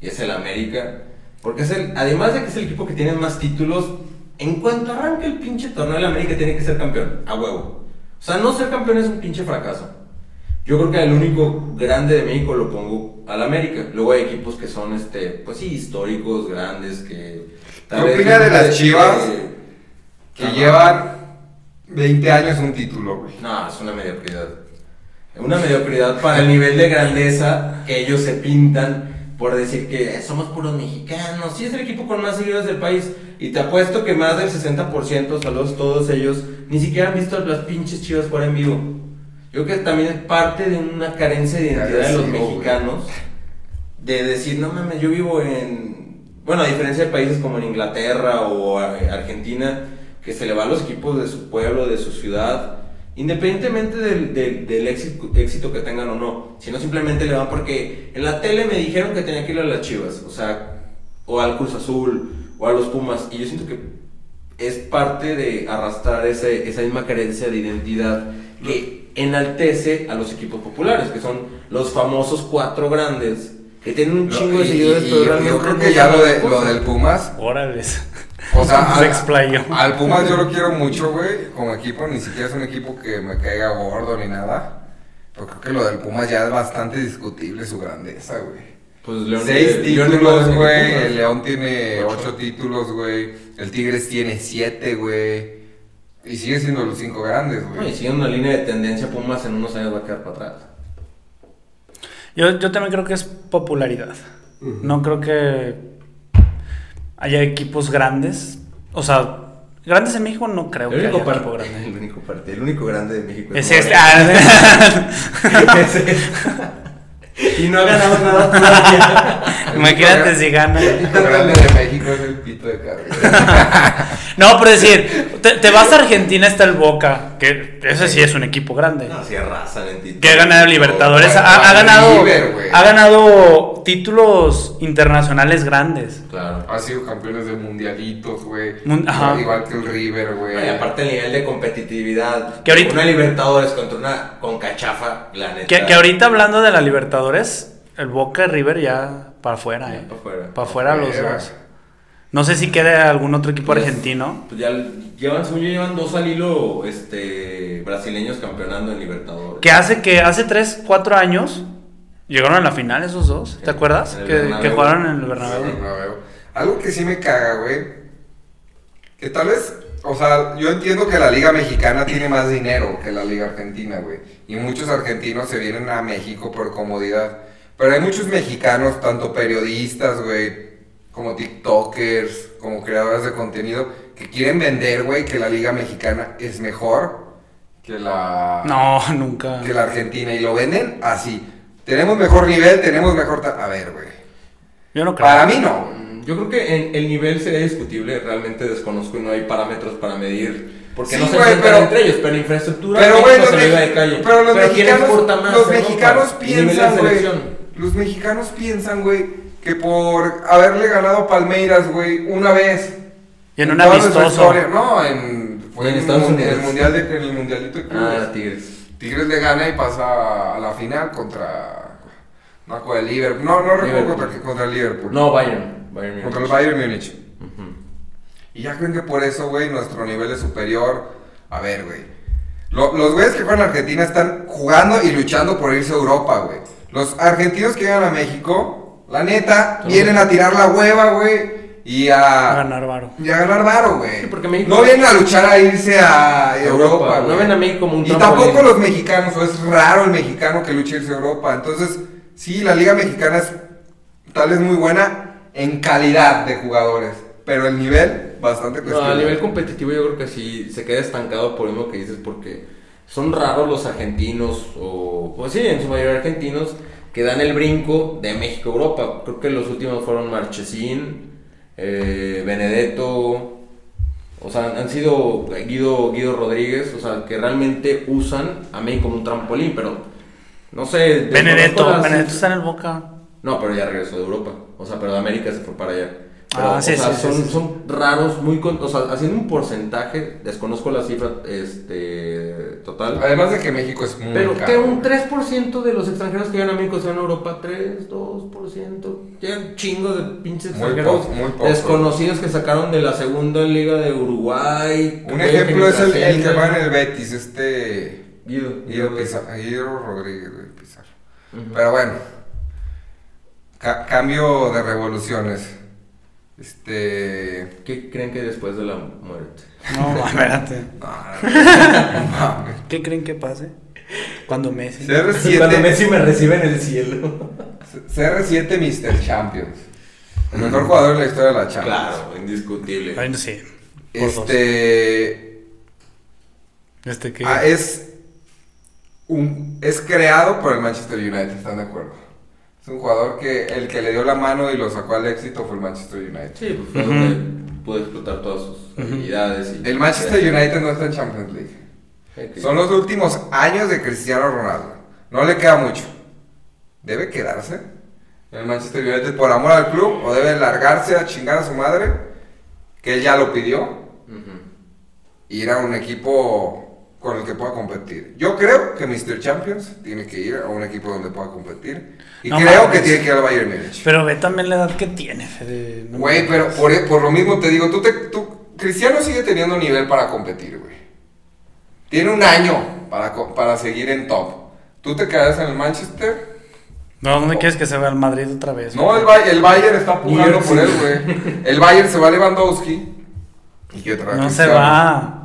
[SPEAKER 2] y es el América. Porque es el, además de que es el equipo que tiene más títulos, en cuanto arranca el pinche torneo, el América tiene que ser campeón, a huevo. O sea, no ser campeón es un pinche fracaso. Yo creo que el único grande de México lo pongo al América. Luego hay equipos que son, este, pues sí, históricos, grandes, que...
[SPEAKER 1] ¿Qué opina de
[SPEAKER 2] nunca eh,
[SPEAKER 1] las Chivas? Que
[SPEAKER 2] Ajá.
[SPEAKER 1] llevan 20 años un título, güey.
[SPEAKER 2] No, es una mediocridad. Una mediocridad para el nivel de grandeza que ellos se pintan por decir que eh, somos puros mexicanos. Sí, es el equipo con más seguidores del país. Y te apuesto que más del 60%, saludos todos ellos, ni siquiera han visto las pinches chivas fuera en vivo. Yo creo que también es parte de una carencia de identidad de los
[SPEAKER 1] Agresivo, güey.
[SPEAKER 2] mexicanos. De decir, no mames, yo vivo en. Bueno, a diferencia de países como en Inglaterra o a- Argentina, que se le va a los equipos de su pueblo, de su ciudad, independientemente del, del- del éxito, éxito que tengan o no, sino simplemente le van porque en la tele me dijeron que tenía que ir a las Chivas, o sea, o al Cruz Azul, o a los Pumas, y yo siento que es parte de arrastrar ese- esa misma carencia de identidad que enaltece a los equipos populares, que son los famosos cuatro grandes, que tienen un
[SPEAKER 1] Lo-
[SPEAKER 2] chingo de
[SPEAKER 1] y-
[SPEAKER 2] seguidores,
[SPEAKER 1] y-
[SPEAKER 2] pero
[SPEAKER 1] y
[SPEAKER 2] realmente
[SPEAKER 1] yo creo
[SPEAKER 2] no
[SPEAKER 1] que ya
[SPEAKER 2] saben
[SPEAKER 1] lo, de-
[SPEAKER 2] cosas.
[SPEAKER 1] lo del Pumas.
[SPEAKER 3] Órales.
[SPEAKER 1] O sea,
[SPEAKER 3] Se
[SPEAKER 1] al,
[SPEAKER 3] explayó.
[SPEAKER 1] al Pumas yo lo quiero mucho, güey. Como equipo, ni siquiera es un equipo que me caiga gordo ni nada. Pero creo que lo del Pumas ya es bastante discutible su grandeza, güey.
[SPEAKER 2] Pues León-
[SPEAKER 1] Seis
[SPEAKER 2] León de
[SPEAKER 1] títulos,
[SPEAKER 2] Pumas,
[SPEAKER 1] güey.
[SPEAKER 2] Pumas.
[SPEAKER 1] El León tiene ocho títulos, güey. El Tigres tiene siete, güey. Y sigue siendo los cinco grandes,
[SPEAKER 2] No, y
[SPEAKER 1] güey.
[SPEAKER 2] siguiendo la línea de tendencia, Pumas en unos años va a quedar para atrás.
[SPEAKER 3] Yo, yo también creo que es popularidad. No creo que haya equipos grandes. O sea, grandes en México no creo
[SPEAKER 2] El
[SPEAKER 3] que haya
[SPEAKER 2] único, par-
[SPEAKER 3] equipo grande.
[SPEAKER 2] el único partido, el único grande de México.
[SPEAKER 3] Es
[SPEAKER 2] Morena.
[SPEAKER 3] este. Ah,
[SPEAKER 2] Es este. y no ha ganado nada todavía.
[SPEAKER 3] Imagínate si gana.
[SPEAKER 1] El único grande de México es el pito de carne.
[SPEAKER 3] No, pero es decir, te, te vas a Argentina, está el Boca, que ese sí es un equipo grande.
[SPEAKER 2] No, sí arrasan en títulos.
[SPEAKER 3] Que ha ganado Libertadores, ha, ha
[SPEAKER 1] Bueno,
[SPEAKER 3] ganado,
[SPEAKER 1] River, güey.
[SPEAKER 3] ha ganado títulos internacionales grandes.
[SPEAKER 2] Claro.
[SPEAKER 1] Ha sido campeones de mundialitos, güey.
[SPEAKER 3] Mun- ajá.
[SPEAKER 1] Igual que el River, güey.
[SPEAKER 2] Y aparte el nivel de competitividad.
[SPEAKER 3] Que ahorita-
[SPEAKER 2] Una Libertadores contra una con cachafa, la neta.
[SPEAKER 3] Que, que ahorita hablando de la Libertadores, el Boca y River ya para afuera,
[SPEAKER 2] Ya
[SPEAKER 3] eh.
[SPEAKER 2] pa' fuera.
[SPEAKER 3] Para afuera los
[SPEAKER 1] Fuera.
[SPEAKER 3] dos. No sé si queda algún otro equipo
[SPEAKER 2] Pues-
[SPEAKER 3] argentino.
[SPEAKER 2] Pues ya llevan, según yo, llevan dos al hilo este, brasileños campeonando en Libertadores.
[SPEAKER 3] Que hace que hace 3, 4 años llegaron a la final esos dos, ¿te acuerdas?
[SPEAKER 2] En el
[SPEAKER 3] Que,
[SPEAKER 2] Bernabéu.
[SPEAKER 3] que jugaron en el
[SPEAKER 1] Sí,
[SPEAKER 3] Bernabéu.
[SPEAKER 1] Bernabéu. Algo que sí me caga, güey. Que tal vez, o sea, yo entiendo que la Liga Mexicana tiene más dinero que la Liga Argentina, güey. Y muchos argentinos se vienen a México por comodidad. Pero hay muchos mexicanos, tanto periodistas, güey, como TikTokers, como creadores de contenido, que quieren vender, güey, que la Liga Mexicana es mejor que la
[SPEAKER 3] No, nunca.
[SPEAKER 1] que la Argentina y lo venden así. Tenemos mejor nivel, tenemos mejor... ta- A ver, güey.
[SPEAKER 3] Yo no creo.
[SPEAKER 1] Para mí no. güey.
[SPEAKER 2] Mm, Yo creo que en- el nivel sería discutible, realmente desconozco y no hay parámetros para medir. Porque
[SPEAKER 1] Sí,
[SPEAKER 2] no se
[SPEAKER 1] güey,
[SPEAKER 2] enfrentan
[SPEAKER 1] pero-
[SPEAKER 2] entre ellos, pero infraestructura
[SPEAKER 1] Pero,
[SPEAKER 2] México
[SPEAKER 1] güey, los,
[SPEAKER 2] se lo iba
[SPEAKER 1] mex-
[SPEAKER 2] de calle.
[SPEAKER 1] pero los
[SPEAKER 2] ¿quién exporta
[SPEAKER 1] mexicanos,
[SPEAKER 2] más
[SPEAKER 1] los
[SPEAKER 2] Europa?
[SPEAKER 1] mexicanos
[SPEAKER 2] Y nivel de
[SPEAKER 1] piensan, güey.
[SPEAKER 2] selección.
[SPEAKER 1] Los mexicanos piensan, güey, que por haberle ganado a Palmeiras, güey, una vez.
[SPEAKER 3] Y en un
[SPEAKER 1] toda nuestra
[SPEAKER 3] amistoso.
[SPEAKER 1] historia, No, en, fue
[SPEAKER 2] En
[SPEAKER 1] en,
[SPEAKER 2] Estados
[SPEAKER 1] mun- en el
[SPEAKER 2] Unidos.
[SPEAKER 1] mundial de, en el mundialito de clubes.
[SPEAKER 2] Ah, Tigres.
[SPEAKER 1] Tigres le gana y pasa a la final contra. No, contra el Liverpool. No, no recuerdo
[SPEAKER 2] Liverpool.
[SPEAKER 1] contra, qué- contra el Liverpool.
[SPEAKER 2] No, Bayern. Bayern Múnich.
[SPEAKER 1] Contra el Bayern Múnich.
[SPEAKER 2] Ujú.
[SPEAKER 1] Y ya creen que por eso, güey, nuestro nivel es superior. A ver, güey. Lo- los güeyes que fueron a Argentina están jugando y luchando por irse a Europa, güey. Los argentinos que llegan a México, la neta,
[SPEAKER 2] Son
[SPEAKER 1] vienen a tirar la hueva, güey. Y a,
[SPEAKER 3] A ganar varo.
[SPEAKER 1] Y a ganar varo, güey.
[SPEAKER 2] Sí, porque México-
[SPEAKER 1] No vienen a luchar a irse a
[SPEAKER 2] Europa,
[SPEAKER 1] Europa,
[SPEAKER 2] no
[SPEAKER 1] güey.
[SPEAKER 2] ven a México como
[SPEAKER 1] Y
[SPEAKER 2] un trampolín.
[SPEAKER 1] tampoco los mexicanos, o es raro el mexicano que luche a irse a Europa. Entonces, sí, la Liga Mexicana es tal vez muy buena en calidad de jugadores, pero el nivel, bastante
[SPEAKER 2] No, a
[SPEAKER 1] cuestionable.
[SPEAKER 2] nivel competitivo yo creo que sí se queda estancado por lo que dices, porque son raros los argentinos, o pues sí, en su mayoría argentinos, que dan el brinco de México a Europa. Creo que los últimos fueron Marchesín, eh, Benedetto, o sea, han- han sido Guido, Guido Rodríguez, o sea, que realmente usan a México como un trampolín, pero no sé. desconozco
[SPEAKER 3] Benedetto,
[SPEAKER 2] las-
[SPEAKER 3] Benedetto está en el Boca.
[SPEAKER 2] No, pero ya regresó de Europa, o sea, pero de América se fue para allá. Pero,
[SPEAKER 3] Ah, sí,
[SPEAKER 2] o sea,
[SPEAKER 3] sí, sí,
[SPEAKER 2] son,
[SPEAKER 3] sí, sí.
[SPEAKER 2] son raros, muy... con- o sea, haciendo un porcentaje, desconozco la cifra este, total.
[SPEAKER 1] Además de que México es muy
[SPEAKER 2] Pero
[SPEAKER 1] caro.
[SPEAKER 2] que un 3% de los extranjeros que llegan a México sean a Europa, 3, 2%. Llegan chingos de pinches
[SPEAKER 1] Muy
[SPEAKER 2] extranjeros
[SPEAKER 1] po- muy poco.
[SPEAKER 2] desconocidos que sacaron de la segunda liga de Uruguay.
[SPEAKER 1] Un ejemplo es el, el que va en
[SPEAKER 2] van
[SPEAKER 1] el Betis, este...
[SPEAKER 2] Guido.
[SPEAKER 1] Guido Pizarro. Guido Rodríguez güey, Pizarro. Pero bueno. Ca- cambio de revoluciones. Este...
[SPEAKER 2] ¿Qué creen que después de la muerte?
[SPEAKER 3] No, espérate.
[SPEAKER 1] ah, mames.
[SPEAKER 3] ¿Qué creen que pase? Cuando Messi.
[SPEAKER 1] CR7.
[SPEAKER 2] Cuando Messi me recibe en el cielo.
[SPEAKER 1] CR7 Mr. Champions. El
[SPEAKER 3] Mm.
[SPEAKER 1] mejor jugador de la historia de la Champions.
[SPEAKER 2] claro, indiscutible.
[SPEAKER 3] Ay, no, sí. Por dos.
[SPEAKER 1] Este.
[SPEAKER 3] Este que.
[SPEAKER 1] ah, es. Un, es creado por el Manchester United, ¿están de acuerdo? Es un jugador que el que le dio la mano y lo sacó al éxito fue el Manchester United.
[SPEAKER 2] Sí, pues fue
[SPEAKER 3] Ujú.
[SPEAKER 2] donde pude explotar todas sus habilidades. y-
[SPEAKER 1] El Manchester United no está en Champions League.
[SPEAKER 2] Ok.
[SPEAKER 1] Son los últimos años de Cristiano Ronaldo. No le queda mucho. ¿Debe quedarse en el Manchester United por amor al club o debe largarse a chingar a su madre? Que él ya lo pidió.
[SPEAKER 2] Ujú.
[SPEAKER 1] ir a un equipo con el que pueda competir. Yo creo que Mr. Champions tiene que ir a un equipo donde pueda competir. Y
[SPEAKER 3] No
[SPEAKER 1] creo
[SPEAKER 3] mames.
[SPEAKER 1] que tiene que ir al Bayern Múnich.
[SPEAKER 3] Pero ve también la edad que tiene, Fede. No
[SPEAKER 1] Güey,
[SPEAKER 3] mames.
[SPEAKER 1] pero por, por lo mismo te digo, tú te, tú, Cristiano sigue teniendo nivel para competir, güey. Tiene un año para, co- para seguir en top. ¿Tú te quedas en el Manchester?
[SPEAKER 3] No, ¿dónde quieres que se vaya al Madrid otra vez?
[SPEAKER 1] No, el, Bay- el Bayern está pujando por él, güey. El Bayern se va a Lewandowski. Y que otra vez
[SPEAKER 3] No se
[SPEAKER 1] Cristiano.
[SPEAKER 3] va.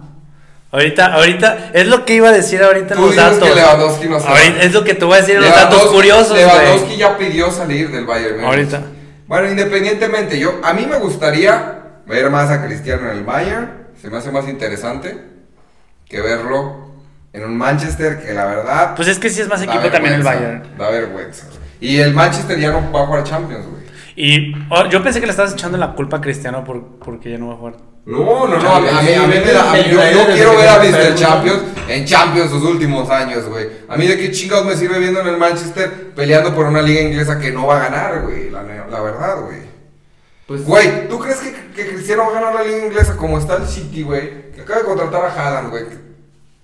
[SPEAKER 3] Ahorita, ahorita, es lo que iba a decir ahorita en
[SPEAKER 1] Tú
[SPEAKER 3] los
[SPEAKER 1] dices
[SPEAKER 3] datos.
[SPEAKER 1] que Lewandowski no se va.
[SPEAKER 3] Ahorita- es lo que te voy a decir en los
[SPEAKER 1] Lewandowski-
[SPEAKER 3] datos curiosos, güey.
[SPEAKER 1] Lewandowski ya pidió salir del Bayern. Múnich.
[SPEAKER 3] Ahorita.
[SPEAKER 1] Bueno, independientemente, yo a mí me gustaría ver más a Cristiano en el Bayern. Se me hace más interesante que verlo en un Manchester que la verdad.
[SPEAKER 3] Pues es que sí es más
[SPEAKER 1] da
[SPEAKER 3] equipo también el
[SPEAKER 1] vergüenza,
[SPEAKER 3] Bayern.
[SPEAKER 1] Da vergüenza. Y el Manchester ya no va a jugar Champions, güey.
[SPEAKER 3] Y oh, yo pensé que le estabas echando la culpa a Cristiano por, porque ya no va a jugar.
[SPEAKER 1] No, no, no,
[SPEAKER 2] no,
[SPEAKER 1] a mí, a mí- a mí me da- a mí- yo, yo
[SPEAKER 2] Desde
[SPEAKER 1] quiero
[SPEAKER 2] que
[SPEAKER 1] ver a Mr.
[SPEAKER 2] se enfermo.
[SPEAKER 1] Champions en Champions sus últimos años, güey. A mí de qué chingados me sirve viendo en el Manchester peleando por una liga inglesa que no va a ganar, güey, la, ne- la verdad, güey.
[SPEAKER 2] Pues,
[SPEAKER 1] Güey, ¿tú crees que, que Cristiano va a ganar la liga inglesa como está el City, güey? Que acaba de contratar a Haaland, güey.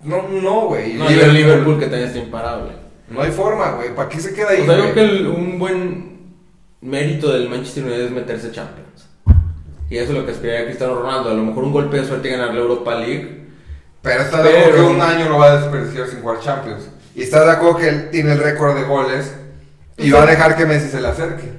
[SPEAKER 1] No, no, güey.
[SPEAKER 2] No, Liverpool, Liverpool que también está imparable.
[SPEAKER 1] No hay forma, güey. ¿Para qué se queda ahí,
[SPEAKER 2] O sea, yo
[SPEAKER 1] güey?
[SPEAKER 2] creo que el- un buen mérito del Manchester United es meterse Champions. Y eso es lo que esperaría Cristiano Ronaldo. A lo mejor un golpe de suerte y ganar la Europa League.
[SPEAKER 1] Pero está de acuerdo
[SPEAKER 2] Pero-
[SPEAKER 1] que un año lo va a desperdiciar sin jugar Champions. Y está de acuerdo que él tiene el récord de goles y va a dejar que Messi se le acerque.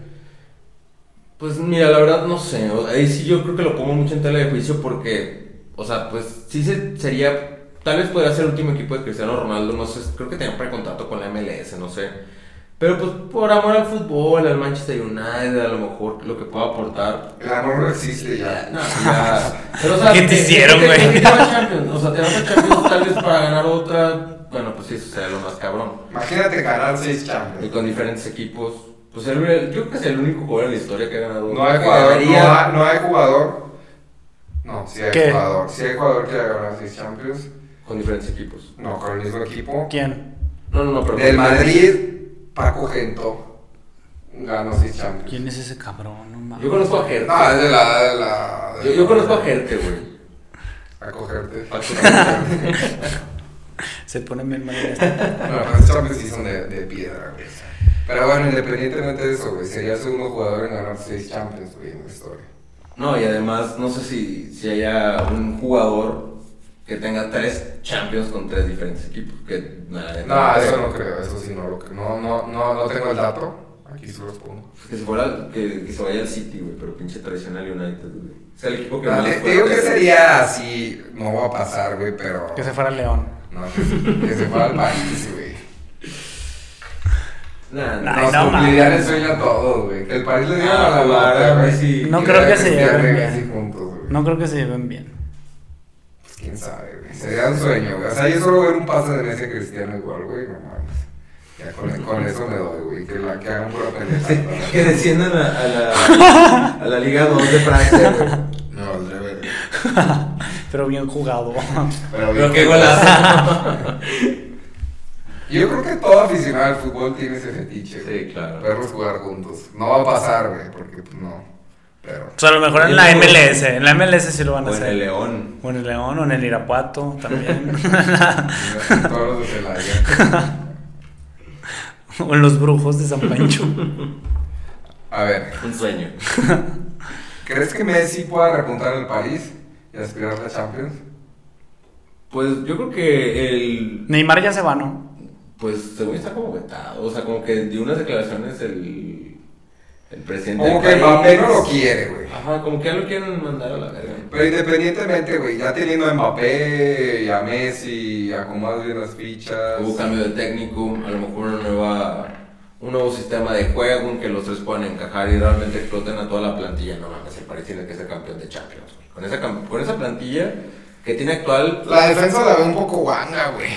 [SPEAKER 2] Pues mira, la verdad no sé. O- Ahí sí yo creo que lo pongo mucho en tela de juicio porque, o sea, pues sí se- sería. Tal vez podría ser el último equipo de Cristiano Ronaldo. No sé, creo que tenía precontrato con la MLS, no sé. Pero pues por amor al fútbol, al Manchester United, a lo mejor lo que pueda aportar.
[SPEAKER 1] El amor no existe ya.
[SPEAKER 2] No, ya. Pero, o sea,
[SPEAKER 3] ¿Qué te hicieron,
[SPEAKER 2] que- que-
[SPEAKER 3] güey?
[SPEAKER 2] que te vas a Champions, O sea, te vas a Champions tal vez para ganar otra. Bueno, pues sí, eso sería lo más cabrón.
[SPEAKER 1] Imagínate ganar 6
[SPEAKER 2] Y
[SPEAKER 1] Champions.
[SPEAKER 2] con diferentes equipos. Pues el, yo creo que es el único jugador en la historia que ha ganado.
[SPEAKER 1] No hay
[SPEAKER 2] que
[SPEAKER 1] jugador. No
[SPEAKER 2] debería.
[SPEAKER 1] hay, no hay jugador. No, sí hay
[SPEAKER 3] ¿Qué?
[SPEAKER 1] jugador. Sí hay jugador que ha ganado 6 Champions.
[SPEAKER 2] Con diferentes equipos.
[SPEAKER 1] No, con el mismo equipo.
[SPEAKER 3] ¿Quién?
[SPEAKER 2] No, no, no, pero.
[SPEAKER 1] Del Madrid, Paco Gento ganó 6 Champions.
[SPEAKER 3] ¿Quién es ese cabrón? No mames.
[SPEAKER 2] Yo conozco a Gerte.
[SPEAKER 1] No, es de la. De la de
[SPEAKER 2] yo, yo
[SPEAKER 1] la-
[SPEAKER 2] conozco a Gerte, güey.
[SPEAKER 1] A cogerte.
[SPEAKER 2] Paco Gerte.
[SPEAKER 3] Se pone bien mal en este.
[SPEAKER 1] Bueno, pero los Champions sí son de, de piedra, güey. Pero bueno, independientemente de eso, güey, sería el segundo jugador en ganar 6 Champions, güey, en la historia.
[SPEAKER 2] No, y además, no sé si, si haya un jugador que tenga tres champions con tres diferentes equipos. Que, nada,
[SPEAKER 1] No, eso no creo, eso sí no lo creo. No, no, no, no tengo el dato. Aquí se los pongo.
[SPEAKER 2] Pues Que se, fuera, que, que se vaya al City, güey, pero pinche traición al United, güey. O sea, el equipo que
[SPEAKER 1] Ah, Te, te
[SPEAKER 2] fuerte-
[SPEAKER 1] digo que sería así, no va a pasar, güey, pero...
[SPEAKER 3] Que se fuera León.
[SPEAKER 1] No, que se, que se fuera al país, güey.
[SPEAKER 2] Nah,
[SPEAKER 3] Nah,
[SPEAKER 2] nah,
[SPEAKER 3] Ay,
[SPEAKER 1] Nos
[SPEAKER 3] no,
[SPEAKER 1] cumplirían
[SPEAKER 3] mames.
[SPEAKER 1] el sueño a todos, güey. Que el París le diera
[SPEAKER 2] Ah,
[SPEAKER 1] la
[SPEAKER 2] claro,
[SPEAKER 1] madre, güey.
[SPEAKER 2] sí.
[SPEAKER 3] No
[SPEAKER 1] Y
[SPEAKER 3] creo
[SPEAKER 1] era
[SPEAKER 3] que se
[SPEAKER 1] Cristiano
[SPEAKER 3] lleven
[SPEAKER 1] y Messi
[SPEAKER 3] bien.
[SPEAKER 1] juntos, güey.
[SPEAKER 3] No creo que se lleven bien.
[SPEAKER 1] Pues, quién sabe, güey. Sería un sueño, güey. O sea, yo solo ver un pase de Messi a Cristiano igual, güey, no mames. Ya con, con eso me doy, güey. Que la que hagan por la pelea.
[SPEAKER 2] Que desciendan a, a la, a la Liga 2 de Francia, güey.
[SPEAKER 1] No, al revés. güey.
[SPEAKER 3] Pero bien jugado.
[SPEAKER 1] Pero,
[SPEAKER 2] Pero
[SPEAKER 1] bien
[SPEAKER 2] qué
[SPEAKER 1] que-
[SPEAKER 2] golazo.
[SPEAKER 1] Yo creo que todo aficionado al fútbol tiene ese fetiche, güey.
[SPEAKER 2] Sí, claro.
[SPEAKER 1] Perros jugar juntos. No va a pasar, güey, porque pues no. Pero
[SPEAKER 3] O sea, a lo mejor en la MLS. En la MLS sí lo van a
[SPEAKER 2] O en el
[SPEAKER 3] hacer.
[SPEAKER 2] León.
[SPEAKER 3] O en el León, o en el Irapuato también.
[SPEAKER 1] todos los de Celaya.
[SPEAKER 3] o en los brujos de San Pancho.
[SPEAKER 1] A ver,
[SPEAKER 2] Un sueño.
[SPEAKER 1] ¿crees que Messi pueda repuntar el país y aspirar a la Champions?
[SPEAKER 2] Pues yo creo que el.
[SPEAKER 3] Neymar ya se va, ¿no?
[SPEAKER 2] Pues según está como vetado. O sea, como que dio unas declaraciones el. El presidente.
[SPEAKER 1] Como
[SPEAKER 2] del
[SPEAKER 1] que
[SPEAKER 2] país.
[SPEAKER 1] Mbappé no lo quiere, güey.
[SPEAKER 2] Ajá, como que ya lo quieren mandar a la verga.
[SPEAKER 1] Pero independientemente, güey, ya teniendo a Mbappé y a Messi, acomodas bien las fichas.
[SPEAKER 2] Hubo cambio de técnico, a lo mejor una nueva, un nuevo sistema de juego en que los tres puedan encajar y realmente exploten a toda la plantilla. No mames, el París tiene que ser campeón de Champions. güey. Con esa, cam- con esa plantilla que tiene actual,
[SPEAKER 1] La defensa la veo un poco guanga, güey.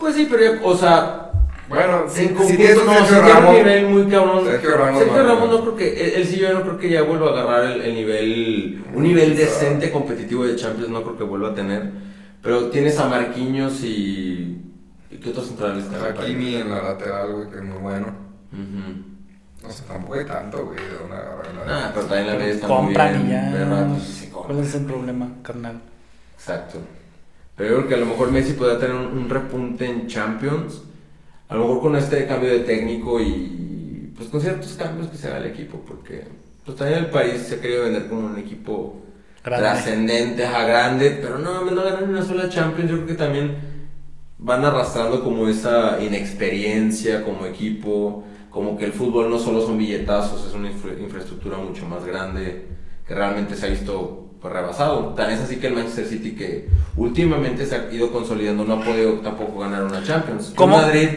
[SPEAKER 2] pues sí, pero ya, o sea,
[SPEAKER 1] Bueno, si,
[SPEAKER 2] en
[SPEAKER 1] si tienes
[SPEAKER 2] conjunto,
[SPEAKER 1] un
[SPEAKER 2] no,
[SPEAKER 1] Sergio
[SPEAKER 2] sí tiene un
[SPEAKER 1] Ramos,
[SPEAKER 2] nivel muy cabrón.
[SPEAKER 1] Sergio Ramos,
[SPEAKER 2] Sergio
[SPEAKER 1] no,
[SPEAKER 2] Ramos
[SPEAKER 1] no.
[SPEAKER 2] no creo que, él, él sí yo no creo que ya vuelva a agarrar el, el nivel, un nivel decente competitivo de Champions, no creo que vuelva a tener. Pero tienes a Marquinhos y... ¿y ¿Qué otros centrales te
[SPEAKER 1] Hakimi en la lateral, güey, que es muy bueno.
[SPEAKER 2] Ujú.
[SPEAKER 1] No sé, tampoco hay tanto, güey, de una agarrada.
[SPEAKER 2] Ah, pero también la ley está
[SPEAKER 3] Compran
[SPEAKER 2] muy
[SPEAKER 3] y
[SPEAKER 2] bien.
[SPEAKER 3] ya.
[SPEAKER 2] ¿verdad? Pues sí, compra.
[SPEAKER 3] ¿Cuál es el problema, carnal?
[SPEAKER 2] Exacto. Pero yo creo que a lo mejor Messi podría tener un, un repunte en Champions. A lo mejor con este cambio de técnico y pues con ciertos cambios que se da el equipo, porque pues también el país se ha querido vender como un equipo
[SPEAKER 3] Grande.
[SPEAKER 2] trascendente, a grande, pero no, no ganan ni una sola Champions, yo creo que también van arrastrando como esa inexperiencia como equipo, como que el fútbol no solo son billetazos, es una infra- infraestructura mucho más grande que realmente se ha visto pues, rebasado. Tan es así que el Manchester City que últimamente se ha ido consolidando no ha podido tampoco ganar una Champions. Un
[SPEAKER 3] ¿Cómo?
[SPEAKER 2] Madrid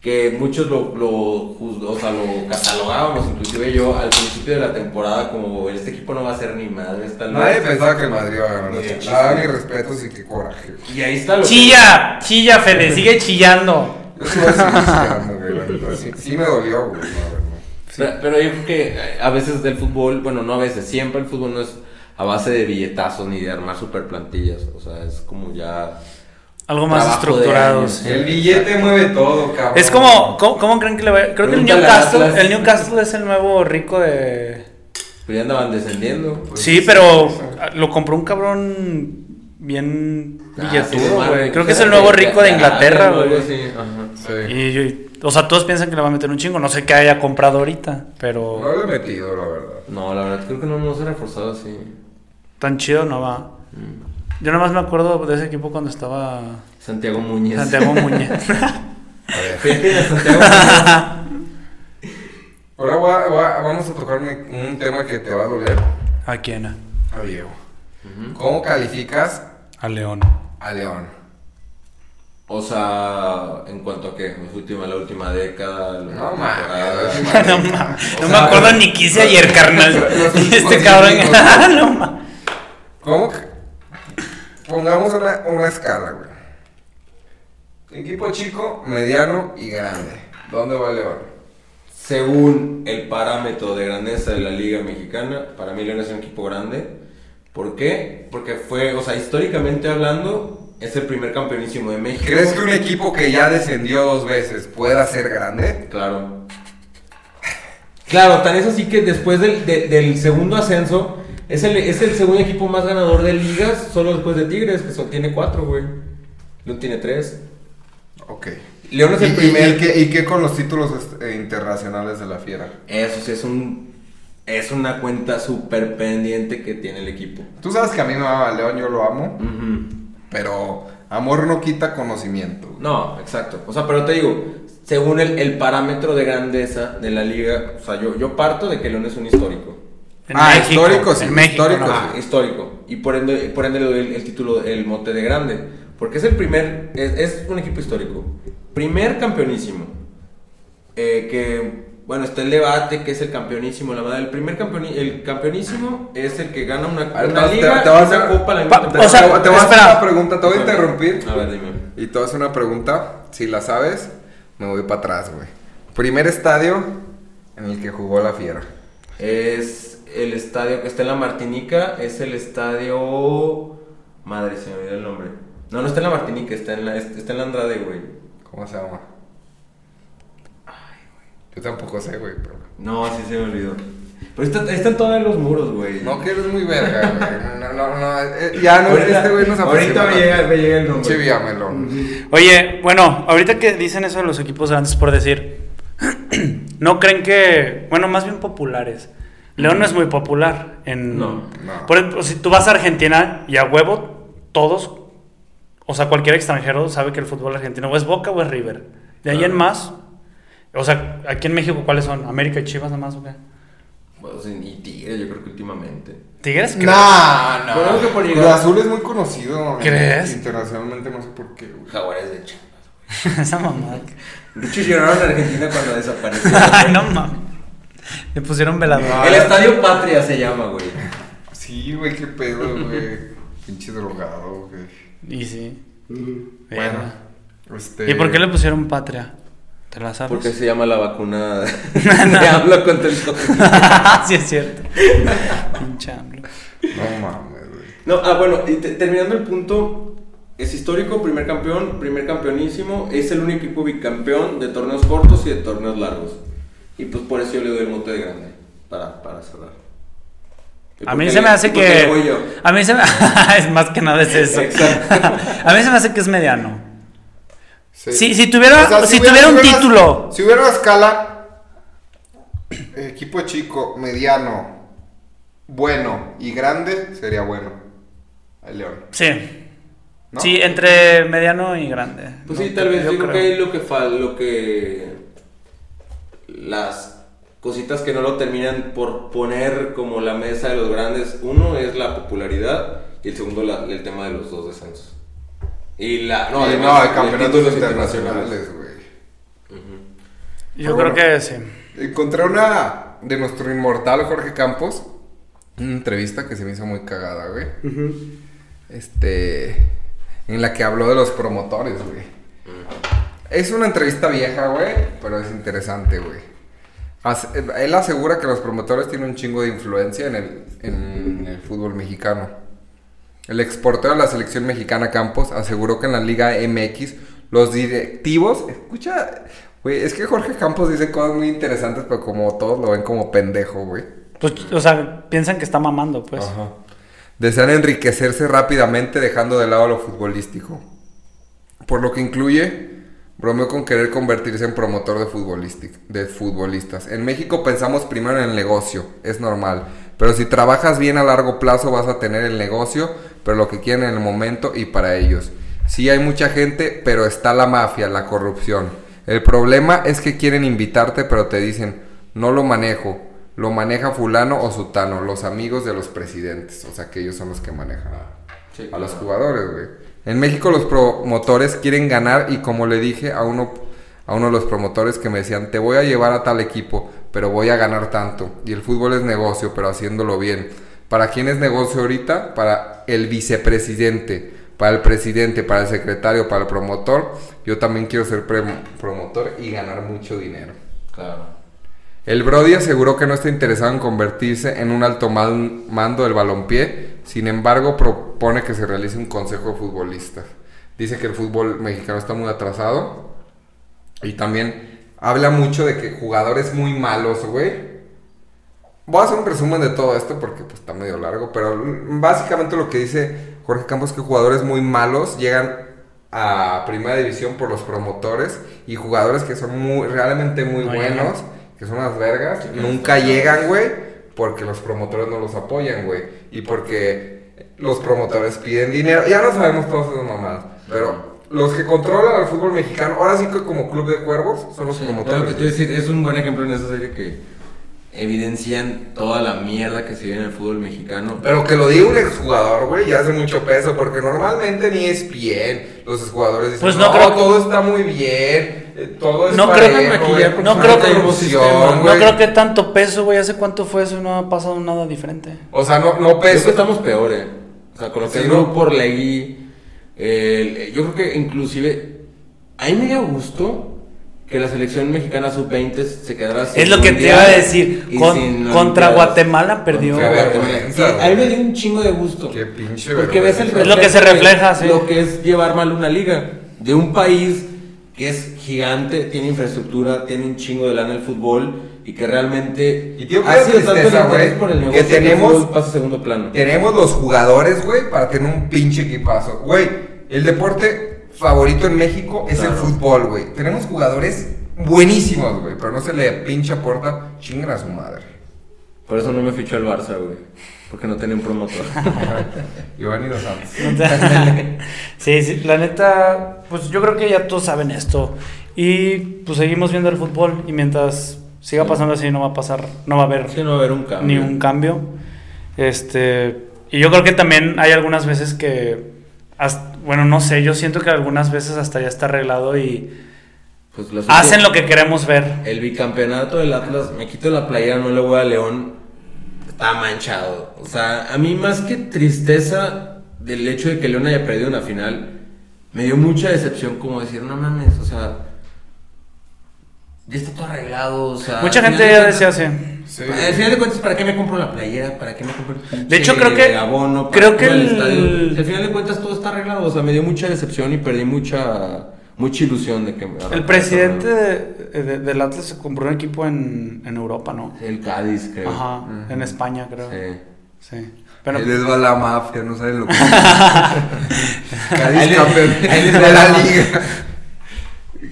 [SPEAKER 2] que muchos lo, lo, juz- o sea, lo catalogábamos, inclusive yo al principio de la temporada como este equipo no va a ser ni madre, está el-
[SPEAKER 1] Nadie pensaba que el Madrid iba a ganar.
[SPEAKER 2] Ni de
[SPEAKER 1] la
[SPEAKER 2] chiste.
[SPEAKER 1] Nada, ni respetos y qué coraje. güey.
[SPEAKER 2] Y ahí está lo que-
[SPEAKER 3] Chilla, chilla, Fede, sigue chillando.
[SPEAKER 1] Yo sí voy a seguir chillando, güey, la neta. Sí, sí me dolió, güey. la verdad.
[SPEAKER 2] Pero, pero yo creo que eh, a veces del fútbol, bueno, no a veces, siempre el fútbol no es a base de billetazos ni de armar super plantillas, o sea, es como ya...
[SPEAKER 3] Algo más
[SPEAKER 2] Trabajo de
[SPEAKER 3] estructurado.
[SPEAKER 2] años. eh.
[SPEAKER 3] sí.
[SPEAKER 1] El billete mueve todo, cabrón.
[SPEAKER 3] Es como, ¿cómo, cómo creen que le va a- Creo que el
[SPEAKER 2] Pregúntale a
[SPEAKER 3] Newcastle,
[SPEAKER 2] Atlas.
[SPEAKER 3] el Newcastle es el nuevo rico de...
[SPEAKER 2] Pero pues ya andaban descendiendo.
[SPEAKER 1] Pues
[SPEAKER 3] Sí,
[SPEAKER 1] sí,
[SPEAKER 3] pero
[SPEAKER 1] sí, sí.
[SPEAKER 3] ah, lo compró un cabrón bien
[SPEAKER 2] Ah,
[SPEAKER 3] billetudo,
[SPEAKER 2] sí, Ah,
[SPEAKER 3] güey.
[SPEAKER 2] de Marvel.
[SPEAKER 3] Creo que es el nuevo rico de
[SPEAKER 2] Ya,
[SPEAKER 3] Inglaterra,
[SPEAKER 2] algo
[SPEAKER 3] güey.
[SPEAKER 2] así, ajá.
[SPEAKER 1] Sí.
[SPEAKER 3] Y, y- o sea, todos piensan que le va a meter un chingo. No sé qué haya comprado ahorita,
[SPEAKER 1] No
[SPEAKER 3] pero
[SPEAKER 1] lo he metido, la verdad.
[SPEAKER 2] No, la verdad, creo que no, no se ha reforzado así.
[SPEAKER 3] tan chido no va. Yo nomás me acuerdo de ese equipo cuando estaba
[SPEAKER 2] Santiago Muñez.
[SPEAKER 3] Santiago Muñez.
[SPEAKER 1] A ver.
[SPEAKER 2] Fíjate, a Santiago Muñez.
[SPEAKER 1] Ahora voy a- voy a- vamos a tocar un, un tema que te va a doler.
[SPEAKER 3] ¿A quién?
[SPEAKER 1] A Diego. ¿Cómo calificas
[SPEAKER 3] A León.
[SPEAKER 1] a León?
[SPEAKER 2] O sea, en cuanto a que última, la última década, la
[SPEAKER 1] No
[SPEAKER 2] temporada.
[SPEAKER 1] mames.
[SPEAKER 3] No, ma-
[SPEAKER 1] O
[SPEAKER 3] no me
[SPEAKER 1] sea,
[SPEAKER 3] acuerdo ni quise ayer, carnal.
[SPEAKER 1] los últimos
[SPEAKER 3] Este cabrón.
[SPEAKER 1] cinco
[SPEAKER 3] no, ma-
[SPEAKER 1] ¿Cómo? que- Pongamos una, una escala, güey. Equipo chico, mediano y grande. ¿Dónde va León?
[SPEAKER 2] Según el parámetro de grandeza de la Liga Mexicana, para mí León es un equipo grande. ¿Por qué? Porque fue, o sea, históricamente hablando, es el primer campeonísimo de México.
[SPEAKER 1] ¿Crees que un equipo que ya descendió dos veces pueda ser grande?
[SPEAKER 2] Claro. Claro, tan es así que después del, de- del segundo ascenso, es el, es el segundo equipo más ganador de ligas, solo después de Tigres, que son- tiene cuatro, güey. León tiene tres.
[SPEAKER 1] Ok.
[SPEAKER 2] León es el
[SPEAKER 1] ¿Y- y-
[SPEAKER 2] primer.
[SPEAKER 1] ¿Y, qué, y qué con los títulos este, internacionales de la fiera?
[SPEAKER 2] Eso sí es un. Es una cuenta súper pendiente que tiene el equipo.
[SPEAKER 1] Tú sabes que a mí me va León, yo lo amo.
[SPEAKER 2] Ujú.
[SPEAKER 1] Pero amor no quita conocimiento. güey.
[SPEAKER 2] No, exacto. O sea, pero te digo, según el, el parámetro de grandeza de la liga, o sea, yo, yo parto de que León es un histórico.
[SPEAKER 3] En
[SPEAKER 1] Ah, histórico, sí,
[SPEAKER 3] en México,
[SPEAKER 1] histórico,
[SPEAKER 3] no.
[SPEAKER 1] Ah. sí.
[SPEAKER 2] Histórico. Y por ende, por ende le doy el, el título, el mote de grande. Porque es el primer, es, es un equipo histórico. Primer campeonísimo. Eh, que, bueno, está el debate que es el campeonísimo, la verdad. El primer campeoni- el campeonísimo es el que gana una,
[SPEAKER 1] A ver, te
[SPEAKER 2] una
[SPEAKER 1] vas-
[SPEAKER 2] liga,
[SPEAKER 1] te- te vas
[SPEAKER 2] una
[SPEAKER 1] a-
[SPEAKER 2] copa, la misma
[SPEAKER 3] Pa- o
[SPEAKER 1] Te-
[SPEAKER 2] temporada.
[SPEAKER 3] sea,
[SPEAKER 1] te, te voy a hacer
[SPEAKER 3] espera.
[SPEAKER 1] una pregunta, te voy a interrumpir.
[SPEAKER 2] A ver, dime.
[SPEAKER 1] Y te voy a hacer una pregunta. Si la sabes, me voy para atrás, güey. Primer estadio en el que jugó la fiera.
[SPEAKER 2] Es el estadio que está en la Martinica, es el estadio... Madre, se me olvidó el nombre. No, no está en la Martinica, está en la, está en la Andrade, güey.
[SPEAKER 1] ¿Cómo se llama? Yo tampoco sé, güey, pero.
[SPEAKER 2] No, así se me olvidó. Pero están, están todavía los muros, güey.
[SPEAKER 1] No, que eres muy verga, güey. No, no, no. eh, ya no,
[SPEAKER 2] Ahorita-
[SPEAKER 1] este güey nos
[SPEAKER 2] Ahorita me llega, me llega el nombre.
[SPEAKER 1] Chiviamelo.
[SPEAKER 3] Oye, bueno, ahorita que dicen eso de los equipos grandes, por decir, ¿no creen que, bueno, más bien populares? León no es muy popular en...
[SPEAKER 2] No,
[SPEAKER 1] no.
[SPEAKER 3] Por ejemplo, si tú vas a Argentina y a huevo, todos, o sea, cualquier extranjero sabe que el fútbol argentino o es Boca o es River. De ahí en
[SPEAKER 2] Claro.
[SPEAKER 3] más, o sea, aquí en México, ¿cuáles son? América y Chivas nada más, ¿o qué?
[SPEAKER 2] Bueno, sí, y Tigre, yo creo que últimamente.
[SPEAKER 3] ¿Tigres? creo.
[SPEAKER 1] Nah, no.
[SPEAKER 2] Creo que por
[SPEAKER 1] Cruz
[SPEAKER 2] llegar-
[SPEAKER 1] Azul es muy conocido. güey.
[SPEAKER 3] ¿Crees?
[SPEAKER 1] Internacionalmente no sé por qué, güey.
[SPEAKER 2] Jaguares de Chivas.
[SPEAKER 3] Esa mamada.
[SPEAKER 2] De hecho, lloraron a Argentina cuando desapareció.
[SPEAKER 3] Ay, no mames. Le pusieron velador.
[SPEAKER 2] el Estadio Patria se llama, güey.
[SPEAKER 1] Sí, güey, qué pedo, güey. Pinche drogado, güey.
[SPEAKER 3] Y sí.
[SPEAKER 1] Bueno. Este...
[SPEAKER 3] ¿Y por qué le pusieron patria? ¿Te la sabes?
[SPEAKER 2] Porque se llama la vacuna de hablo contra el COVID.
[SPEAKER 3] sí, es cierto. Pinche AMLO.
[SPEAKER 1] No mames, güey.
[SPEAKER 2] No, ah, bueno, y te- terminando el punto, es histórico, primer campeón, primer campeonísimo, es el único equipo bicampeón de torneos cortos y de torneos largos. Y pues por eso yo le doy el mote de grande, para, para cerrar. ¿Y
[SPEAKER 3] A
[SPEAKER 2] por
[SPEAKER 3] mí
[SPEAKER 2] qué
[SPEAKER 3] se
[SPEAKER 2] le-
[SPEAKER 3] me
[SPEAKER 2] y
[SPEAKER 3] hace
[SPEAKER 2] por qué le voy
[SPEAKER 3] que.
[SPEAKER 2] yo?
[SPEAKER 3] A mí se me. es más que nada es eso.
[SPEAKER 2] Exacto.
[SPEAKER 3] a mí se me hace que es mediano. Si- si tuviera-
[SPEAKER 1] tuvieras
[SPEAKER 3] si tuviera un título.
[SPEAKER 1] Si hubiera una escala, equipo chico, mediano, bueno y grande, sería bueno. El León.
[SPEAKER 3] Sí.
[SPEAKER 1] ¿no?
[SPEAKER 3] Sí, entre mediano y grande.
[SPEAKER 2] Pues
[SPEAKER 3] ¿no?
[SPEAKER 2] sí, tal vez. Yo, creo, que
[SPEAKER 3] creo.
[SPEAKER 2] ahí lo que fal, lo que las cositas que no lo terminan por poner como la mesa de los grandes, uno es la popularidad y el segundo la- el tema de los dos descensos. Y la
[SPEAKER 1] No,
[SPEAKER 2] no,
[SPEAKER 3] eh,
[SPEAKER 1] de,
[SPEAKER 2] además,
[SPEAKER 1] no, de
[SPEAKER 2] el
[SPEAKER 1] campeonatos
[SPEAKER 2] títulos
[SPEAKER 1] internacionales, güey. Pero
[SPEAKER 3] Yo creo
[SPEAKER 1] bueno.
[SPEAKER 3] que sí.
[SPEAKER 1] Encontré una de nuestro inmortal Jorge Campos. Una entrevista que se me hizo muy cagada, güey. Este. En la que habló de los promotores, güey. Es una entrevista vieja, güey, pero es interesante, güey. As- Él asegura que los promotores tienen un chingo de influencia en el, en el fútbol mexicano. El exportero de la selección mexicana Campos aseguró que en la Liga MX los directivos. Escucha, güey, es que Jorge Campos dice cosas muy interesantes, pero como todos lo ven como pendejo, güey.
[SPEAKER 3] Pues, o sea, piensan que está mamando, pues.
[SPEAKER 1] Ajá. Desean enriquecerse rápidamente dejando de lado lo futbolístico. Por lo que incluye, bromeó con querer convertirse en promotor de, futbolistic- de futbolistas. En México pensamos primero en el negocio, es normal. Pero si trabajas bien a largo plazo vas a tener el negocio, pero lo que quieren en el momento y para ellos. Sí hay mucha gente, pero está la mafia, la corrupción. El problema es que quieren invitarte, pero te dicen, no lo manejo, lo maneja fulano o sutano, los amigos de los presidentes. O sea que ellos son los que manejan a-
[SPEAKER 2] Sí,
[SPEAKER 1] a los
[SPEAKER 2] claro.
[SPEAKER 1] jugadores, güey. En México los promotores quieren ganar y como le dije a uno, a uno de los promotores que me decían, te voy a llevar a tal equipo, pero voy a ganar tanto. Y el fútbol es negocio, pero haciéndolo bien. ¿Para quién es negocio ahorita? Para el vicepresidente, para el presidente, para el secretario, para el promotor. Yo también quiero ser prem- promotor y ganar mucho dinero.
[SPEAKER 2] Claro.
[SPEAKER 1] El Brody aseguró que no está interesado en convertirse en un alto man- mando del balompié, sin embargo propone que se realice un consejo de futbolistas. Dice que el fútbol mexicano está muy atrasado y también habla mucho de que jugadores muy malos, güey. Voy a hacer un resumen de todo esto porque pues, está medio largo, pero mm, básicamente lo que dice Jorge Campos es que jugadores muy malos llegan a primera división por los promotores y jugadores que son muy realmente muy
[SPEAKER 3] No llegan.
[SPEAKER 1] buenos que son las vergas, nunca llegan, güey, porque los promotores no los apoyan, güey. Y porque los promotores piden dinero. Ya no sabemos todas esas mamadas. Pero los que controlan al fútbol mexicano, ahora sí que como club de cuervos, son los
[SPEAKER 2] Sí, pero lo que
[SPEAKER 1] promotores.
[SPEAKER 2] te iba a decir, es un buen ejemplo en esa serie que evidencian toda la mierda que se vive en el fútbol mexicano.
[SPEAKER 1] Pero que lo diga un exjugador, güey, ya hace mucho peso, porque normalmente ni es bien. Los jugadores dicen,
[SPEAKER 3] Pues no
[SPEAKER 1] no,
[SPEAKER 3] creo que-
[SPEAKER 1] todo está muy bien, eh, todo es
[SPEAKER 3] No creo-
[SPEAKER 1] parejo, güey,
[SPEAKER 2] no
[SPEAKER 1] porque hay
[SPEAKER 3] creo
[SPEAKER 2] que-
[SPEAKER 1] corrupción,
[SPEAKER 3] No
[SPEAKER 1] güey".
[SPEAKER 3] creo que tanto peso, güey. ¿Hace cuánto fue eso y no ha pasado nada diferente?
[SPEAKER 1] O sea, no, no
[SPEAKER 2] Creo que
[SPEAKER 1] peso.
[SPEAKER 2] estamos peores. O sea, con lo que
[SPEAKER 1] Sí,
[SPEAKER 2] es
[SPEAKER 1] ¿no?
[SPEAKER 2] Grupo Orlegui, el- yo creo que inclusive. A mí me dio gusto que la selección mexicana sub-20 se quedara sin.
[SPEAKER 3] Es lo que te
[SPEAKER 2] mundial
[SPEAKER 3] iba a decir.
[SPEAKER 2] y
[SPEAKER 3] Con-
[SPEAKER 2] sin
[SPEAKER 3] contra
[SPEAKER 2] Olimpiadas.
[SPEAKER 3] Guatemala perdió.
[SPEAKER 2] Contra
[SPEAKER 1] Qué
[SPEAKER 2] Guatemala.
[SPEAKER 1] vergüenza,
[SPEAKER 2] Sí, a mí me
[SPEAKER 1] güey.
[SPEAKER 2] dio un chingo de gusto.
[SPEAKER 1] Qué pinche
[SPEAKER 2] Porque ves el
[SPEAKER 1] vergüenza.
[SPEAKER 3] Es lo que se refleja,
[SPEAKER 2] de
[SPEAKER 3] sí.
[SPEAKER 2] Lo que es llevar mal una liga. De un país que es gigante, tiene infraestructura, tiene un chingo de lana el fútbol, y que realmente
[SPEAKER 1] Y tío,
[SPEAKER 2] ha
[SPEAKER 1] qué
[SPEAKER 2] sido tanto el
[SPEAKER 1] tristeza,
[SPEAKER 2] interés
[SPEAKER 1] güey,
[SPEAKER 2] por el
[SPEAKER 1] que
[SPEAKER 2] negocio
[SPEAKER 1] tenemos-
[SPEAKER 2] el fútbol pasa a segundo plano.
[SPEAKER 1] Tenemos los jugadores, güey, para tener un pinche equipazo. Güey, el deporte favorito en México es el
[SPEAKER 2] Claro.
[SPEAKER 1] fútbol, güey. Tenemos jugadores buenísimos, güey, pero no se le pinche aporta. Chingan a su madre.
[SPEAKER 2] Por eso no me fichó el Barça, güey. Porque no tenía un promotor.
[SPEAKER 1] Iván y los Santos.
[SPEAKER 3] sí, sí, la neta, pues yo creo que ya todos saben esto. Y pues seguimos viendo el fútbol y mientras siga pasando así no va a pasar, no va a haber
[SPEAKER 2] Sí, no va a haber un cambio.
[SPEAKER 3] ni un cambio. Este, y yo creo que también hay algunas veces que, hasta- bueno, no sé, yo siento que algunas veces hasta ya está arreglado y
[SPEAKER 2] Pues las
[SPEAKER 3] hacen
[SPEAKER 2] últimas-
[SPEAKER 3] lo que queremos ver.
[SPEAKER 2] El bicampeonato del Atlas, me quito la playera, no le voy a León, está manchado. O sea, a mí más que tristeza del hecho de que León haya perdido una final, me dio mucha decepción como decir, no mames, o sea, ya está todo arreglado, o sea...
[SPEAKER 3] Mucha
[SPEAKER 2] al
[SPEAKER 3] gente
[SPEAKER 2] final
[SPEAKER 3] ya
[SPEAKER 2] de
[SPEAKER 3] decía
[SPEAKER 2] cuentas-
[SPEAKER 3] así.
[SPEAKER 1] Sí.
[SPEAKER 2] Al final de cuentas, ¿para qué me compro la playera? ¿Para qué me compro el pinche
[SPEAKER 3] De hecho, creo que-
[SPEAKER 2] abono? ¿Para
[SPEAKER 3] creo
[SPEAKER 2] qué voy al
[SPEAKER 3] que el-
[SPEAKER 2] estadio? Si al final de cuentas todo está arreglado, o sea, me dio mucha decepción y perdí mucha mucha ilusión de que me
[SPEAKER 3] El presidente de- de- del Atlas se compró un equipo en, en Europa, ¿no?
[SPEAKER 2] El Cádiz, creo.
[SPEAKER 3] Ajá, en España creo.
[SPEAKER 2] Sí.
[SPEAKER 3] Sí. Pero,
[SPEAKER 1] Ahí les va la mafia, no saben lo que.
[SPEAKER 2] Ahí
[SPEAKER 1] Cádiz
[SPEAKER 2] les-
[SPEAKER 1] campeón
[SPEAKER 2] ahí les va
[SPEAKER 1] de la
[SPEAKER 2] la-
[SPEAKER 1] liga.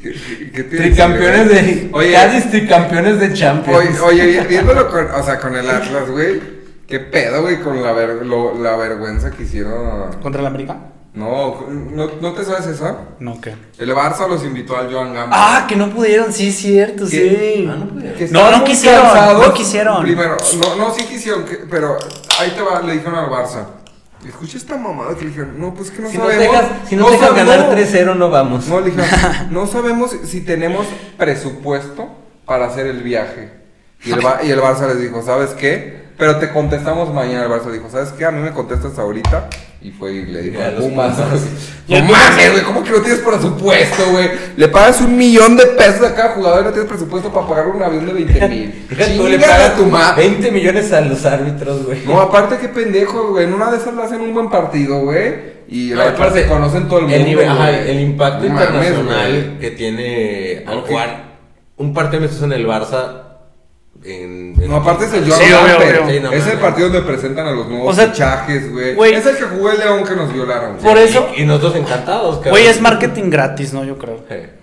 [SPEAKER 1] ¿Qué- qué- qué te
[SPEAKER 2] Tricampeones
[SPEAKER 1] decir,
[SPEAKER 2] de.
[SPEAKER 1] güey? Oye,
[SPEAKER 2] Cádiz, tricampeones de Champions.
[SPEAKER 1] Oye, oye, vi- viéndolo con, o sea, con el Atlas, güey. ¿Qué pedo, güey, con la, ver- lo- la vergüenza que hicieron?
[SPEAKER 3] ¿Contra el América?
[SPEAKER 1] No, no, ¿no te sabes eso?
[SPEAKER 3] No, ¿qué?
[SPEAKER 1] El Barça los invitó al Joan Gamba.
[SPEAKER 3] Ah, que no pudieron, sí, cierto, sí.
[SPEAKER 2] Ah, no pudieron.
[SPEAKER 1] Que
[SPEAKER 3] no,
[SPEAKER 1] estaban
[SPEAKER 3] no
[SPEAKER 1] muy
[SPEAKER 3] quisieron, no quisieron.
[SPEAKER 1] Primero, no, no, sí quisieron, que- pero ahí te va, le dijeron al Barça. Escucha esta mamada que le dijeron, no, pues que no
[SPEAKER 2] si no
[SPEAKER 1] sabemos.
[SPEAKER 2] dejas, si no dejas
[SPEAKER 1] sabemos".
[SPEAKER 2] ganar 3-0, no vamos.
[SPEAKER 1] No, le dijeron, no sabemos si tenemos presupuesto para hacer el viaje. Y el, Ba- y el Barça les dijo, ¿sabes qué? Pero te contestamos mañana. El Barça dijo, ¿sabes qué? A mí me contestas ahorita. Y fue y le dijo
[SPEAKER 2] Ya,
[SPEAKER 1] a
[SPEAKER 2] los
[SPEAKER 1] Pumas.
[SPEAKER 2] Pumas.
[SPEAKER 3] Y el
[SPEAKER 1] No
[SPEAKER 3] Pumas-
[SPEAKER 1] mames, güey, ¿cómo que no tienes presupuesto, güey? Le pagas un millón de pesos a cada jugador y no tienes presupuesto para pagar un avión de 20 mil.
[SPEAKER 2] Tú le pagas tu 20 millones a los árbitros, güey.
[SPEAKER 1] No, aparte qué pendejo, güey. En una de esas le hacen un buen partido, güey. Y
[SPEAKER 2] Ay,
[SPEAKER 1] aparte se conocen todo el mundo.
[SPEAKER 2] Ah, nivel- ajá,
[SPEAKER 1] güey.
[SPEAKER 2] el impacto
[SPEAKER 1] No mames,
[SPEAKER 2] internacional
[SPEAKER 1] güey.
[SPEAKER 2] que tiene al
[SPEAKER 1] Ok.
[SPEAKER 2] jugar un par de meses en el Barça. En, en-
[SPEAKER 1] No, aparte es el
[SPEAKER 3] Sí,
[SPEAKER 1] Joan
[SPEAKER 3] obvio,
[SPEAKER 1] Gamper.
[SPEAKER 3] obvio.
[SPEAKER 2] Sí, no
[SPEAKER 1] es el
[SPEAKER 2] mames.
[SPEAKER 1] partido donde presentan a los nuevos
[SPEAKER 3] O sea,
[SPEAKER 1] fichajes, güey.
[SPEAKER 3] güey.
[SPEAKER 1] Es el que jugó el León que nos violaron. güey.
[SPEAKER 3] Por eso-
[SPEAKER 2] Y, y nosotros encantados, cabrón.
[SPEAKER 3] Güey, es marketing gratis, ¿no? Yo creo.
[SPEAKER 2] Eh,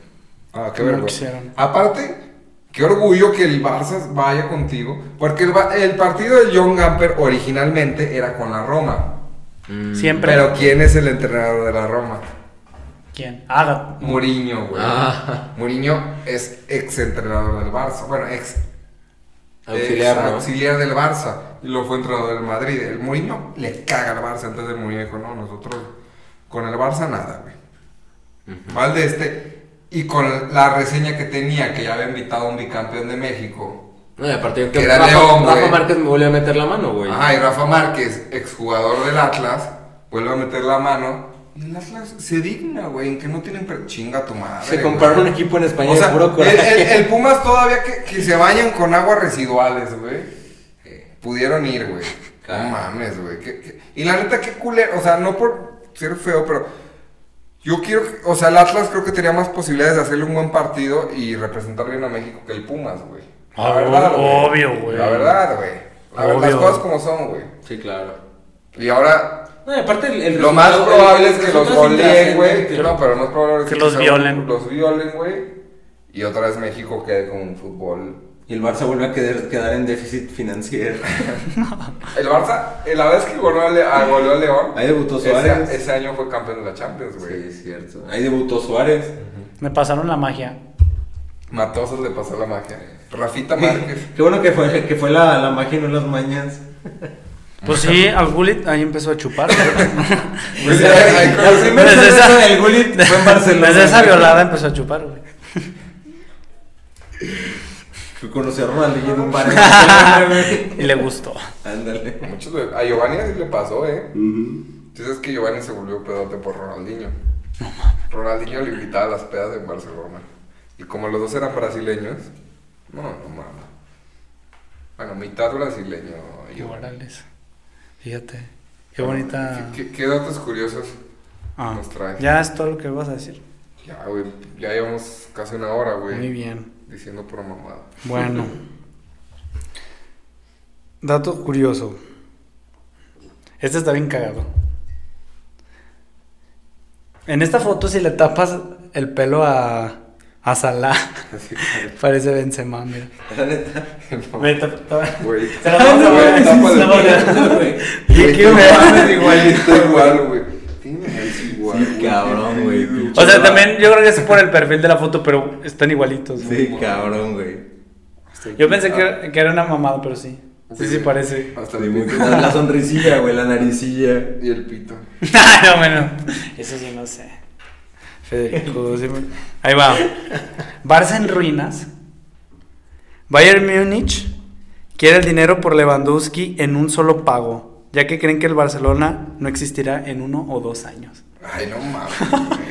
[SPEAKER 1] Ah, qué
[SPEAKER 3] No
[SPEAKER 1] vergüenza.
[SPEAKER 3] quisieron.
[SPEAKER 1] Aparte, qué orgullo que el Barça vaya contigo. Porque el, ba- el partido del John Gamper originalmente era con la Roma.
[SPEAKER 3] Siempre.
[SPEAKER 1] Mm, Pero ¿quién es el entrenador de la Roma?
[SPEAKER 3] ¿Quién? Haga.
[SPEAKER 1] Mourinho, güey.
[SPEAKER 2] Ah.
[SPEAKER 1] Mourinho es ex entrenador del Barça. Bueno, ex
[SPEAKER 2] Auxiliar,
[SPEAKER 1] Ex
[SPEAKER 2] ¿no?
[SPEAKER 1] Eh, auxiliar del Barça. Y lo fue entrenador del Madrid. El Mourinho le caga al Barça. Entonces el Mourinho dijo, no, nosotros con el Barça nada, güey. Mal de este. Y con la reseña que tenía, que ya había invitado a un bicampeón de México.
[SPEAKER 2] No, y aparte yo creo que
[SPEAKER 1] Era
[SPEAKER 2] Rafa,
[SPEAKER 1] León,
[SPEAKER 2] Rafa
[SPEAKER 1] güey.
[SPEAKER 2] Márquez me volvió a meter la mano, güey.
[SPEAKER 1] Ajá, y Rafa Márquez, exjugador del Atlas, vuelve a meter la mano. Y el Atlas se digna, güey, en que no tienen... pre- Chinga tu madre.
[SPEAKER 2] Se
[SPEAKER 1] güey.
[SPEAKER 2] compraron un equipo en España
[SPEAKER 1] O sea,
[SPEAKER 2] de puro
[SPEAKER 1] el,
[SPEAKER 2] coraje.
[SPEAKER 1] el- el Pumas todavía que, que se bañan con aguas residuales, güey. Eh, Pudieron ir, güey. No
[SPEAKER 2] Claro.
[SPEAKER 1] mames, güey. qué- qué- Y la neta, qué culero. O sea, no por ser feo, pero yo quiero. que- O sea, el Atlas creo que tenía más posibilidades de hacerle un buen partido y representar bien a México que el Pumas, güey. La
[SPEAKER 3] Ah,
[SPEAKER 1] verdad,
[SPEAKER 3] obvio, güey.
[SPEAKER 1] La verdad, güey. La verdad, Las
[SPEAKER 3] Obvio.
[SPEAKER 1] cosas como son, güey.
[SPEAKER 2] Sí, claro.
[SPEAKER 1] Y ahora
[SPEAKER 2] No, y aparte el, el
[SPEAKER 1] lo más
[SPEAKER 2] resultado-
[SPEAKER 1] probable
[SPEAKER 2] el-
[SPEAKER 1] es
[SPEAKER 2] el
[SPEAKER 1] que los
[SPEAKER 2] resultado es
[SPEAKER 1] goleen, güey.
[SPEAKER 2] intrascendente.
[SPEAKER 1] No, pero lo más probable es
[SPEAKER 3] Que los
[SPEAKER 1] se-
[SPEAKER 3] violen.
[SPEAKER 1] Los violen, güey. Y otra vez México quede con un fútbol.
[SPEAKER 2] Y el Barça vuelve a quedar, quedar en déficit financiero.
[SPEAKER 1] El Barça, eh, la vez que goleó a, Le- a- goleó a León,
[SPEAKER 2] Ahí debutó Suárez.
[SPEAKER 1] ese, ese año fue campeón de la Champions,
[SPEAKER 2] sí,
[SPEAKER 1] güey.
[SPEAKER 2] es cierto. Ahí debutó Suárez.
[SPEAKER 3] Me pasaron la magia.
[SPEAKER 1] Matosas le pasó la magia. Rafita Márquez.
[SPEAKER 2] Qué bueno que fue, que fue la, la magia y no las mañas.
[SPEAKER 3] Pues sí, al Gullit ahí empezó a chupar.
[SPEAKER 1] Pues ya, ahí con-
[SPEAKER 2] la primera
[SPEAKER 3] Desde
[SPEAKER 2] cerveza
[SPEAKER 3] esa-
[SPEAKER 2] del Gullit fue en Barcelona.
[SPEAKER 3] Desde esa violada empezó a chupar, güey.
[SPEAKER 2] Que conocí a Ronaldinho en un bar.
[SPEAKER 3] Y le gustó.
[SPEAKER 2] Ándale.
[SPEAKER 1] Muchos de- a Giovanni así le pasó, ¿eh? Entonces es que Giovanni se volvió pedote por Ronaldinho. Ronaldinho le invitaba a las pedas en Barcelona. Y como los dos eran brasileños, no, no mames. Bueno, mitad brasileño. y-
[SPEAKER 3] Órales. Fíjate. Qué bonita.
[SPEAKER 1] ¿Qué, qué- qué datos curiosos?
[SPEAKER 3] Ah,
[SPEAKER 1] nos trae?
[SPEAKER 3] ya es todo lo que vas a decir.
[SPEAKER 1] Ya, güey, ya llevamos casi una hora, güey.
[SPEAKER 3] Muy bien.
[SPEAKER 1] Diciendo por mamada.
[SPEAKER 3] Bueno. Dato curioso. Este está bien cagado. En esta foto, si le tapas el pelo a, a Salah,
[SPEAKER 1] Así,
[SPEAKER 3] parece Benzema, mira.
[SPEAKER 2] La neta.
[SPEAKER 1] no,
[SPEAKER 3] Ve, tap- tap-
[SPEAKER 1] güey.
[SPEAKER 3] Se la vamos a ver.
[SPEAKER 1] Tapa de
[SPEAKER 3] se la vamos a ver.
[SPEAKER 1] pelo.
[SPEAKER 2] Güey.
[SPEAKER 3] Yo quiero
[SPEAKER 1] Güey,
[SPEAKER 3] ver.
[SPEAKER 1] tu mamá es igualito, igual, güey. Tiene la nariz igual,
[SPEAKER 2] Sí,
[SPEAKER 1] güey.
[SPEAKER 2] cabrón, güey.
[SPEAKER 3] O sea, también yo creo que es por el perfil de la foto, pero están igualitos. ¿no?
[SPEAKER 2] Sí, cabrón, güey.
[SPEAKER 3] Yo pensé que, que era una mamada, pero sí. Sí, sí, parece.
[SPEAKER 1] Hasta el pito.
[SPEAKER 2] La sonrisilla, güey, la naricilla.
[SPEAKER 1] Y el pito.
[SPEAKER 3] no, bueno. Eso sí, no sé. Federico, sí me- Ahí va. Barça en ruinas. Bayern Múnich quiere el dinero por Lewandowski en un solo pago, ya que creen que el Barcelona no existirá en uno o dos años.
[SPEAKER 1] Ay, no mames. güey.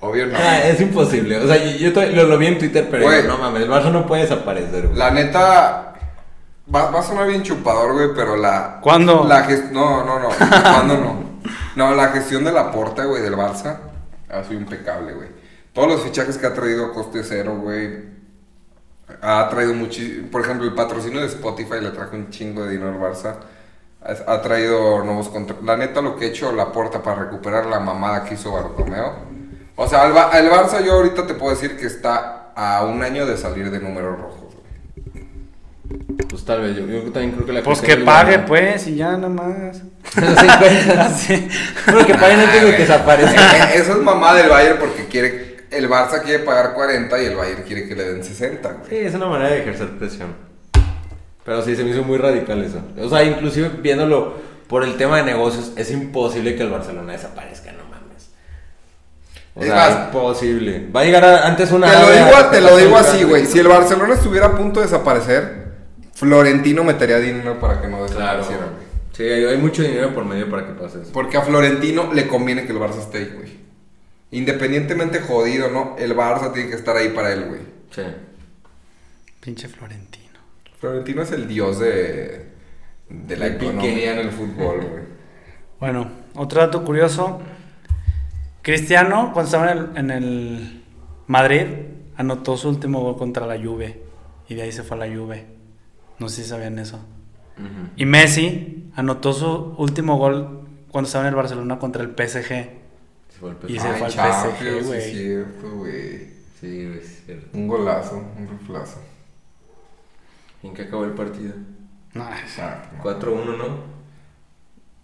[SPEAKER 1] Obvio no.
[SPEAKER 2] Ah, es imposible. O sea, yo, yo to- lo, lo vi en Twitter, pero
[SPEAKER 1] Güey.
[SPEAKER 2] digo, no mames, el Barça no puede desaparecer, güey.
[SPEAKER 1] La neta. Va, va a sonar bien chupador, güey, pero la.
[SPEAKER 3] ¿Cuándo?
[SPEAKER 1] La ges- No, no, no. ¿Cuándo no? No, la gestión de la porta, güey, del Barça ha sido impecable, güey. Todos los fichajes que ha traído a coste cero, güey. Ha traído muchísimo. Por ejemplo, el patrocinio de Spotify le trajo un chingo de dinero al Barça. Ha ha traído nuevos contratos. La neta, lo que ha hecho la porta para recuperar la mamada que hizo Bartomeo. O sea, el, Ba- el Barça, yo ahorita te puedo decir que está a un año de salir de números rojos, güey.
[SPEAKER 2] Pues tal vez, yo, yo también creo que la
[SPEAKER 3] Pues
[SPEAKER 2] cuestión
[SPEAKER 3] que
[SPEAKER 2] es la-
[SPEAKER 3] pague, pues, y ya nada más. Así.
[SPEAKER 2] Bueno, que pague antes de que desaparezca.
[SPEAKER 1] Eh, Ah, Eso es mamá del Bayern porque quiere. El Barça quiere pagar 40 y el Bayern quiere que le den 60, güey.
[SPEAKER 2] Sí, es una manera de ejercer presión. Pero sí, se me hizo muy radical eso. O sea, inclusive viéndolo por el tema de negocios, es imposible que el Barcelona desaparezca, no mames. O
[SPEAKER 1] Es
[SPEAKER 2] sea,
[SPEAKER 1] más-
[SPEAKER 2] imposible. Va a llegar a- antes una...
[SPEAKER 1] Te lo
[SPEAKER 2] árabe a-
[SPEAKER 1] digo, te lo digo
[SPEAKER 2] a-
[SPEAKER 1] así, güey. Si el Barcelona estuviera a punto de desaparecer, Florentino metería dinero para que no
[SPEAKER 2] Claro.
[SPEAKER 1] desapareciera, güey.
[SPEAKER 2] Sí, hay hay mucho dinero por medio para que pase eso.
[SPEAKER 1] Porque a Florentino le conviene que el Barça esté ahí, güey. Independientemente jodido, ¿no? El Barça tiene que estar ahí para él, güey.
[SPEAKER 2] Sí.
[SPEAKER 3] Pinche Florentino.
[SPEAKER 1] Florentino es el dios de, de la
[SPEAKER 2] De Piqué.
[SPEAKER 1] economía en el fútbol, güey.
[SPEAKER 3] Bueno, otro dato curioso. Cristiano, cuando estaba en el, en el Madrid, anotó su último gol contra la Juve. Y de ahí se fue a la Juve. No sé si sabían eso.
[SPEAKER 2] Ujú.
[SPEAKER 3] Y Messi anotó su último gol cuando estaba en el Barcelona contra el PSG.
[SPEAKER 2] Se fue el
[SPEAKER 3] Y
[SPEAKER 2] peso.
[SPEAKER 3] se
[SPEAKER 1] Ay,
[SPEAKER 3] fue al
[SPEAKER 1] Champions,
[SPEAKER 3] PSG, güey.
[SPEAKER 1] sí es cierto, güey.
[SPEAKER 2] Sí, güey, es cierto.
[SPEAKER 1] Un golazo, un riflazo.
[SPEAKER 2] ¿En qué acabó el partido?
[SPEAKER 3] No,
[SPEAKER 1] O sea,
[SPEAKER 2] 4-1, ¿no?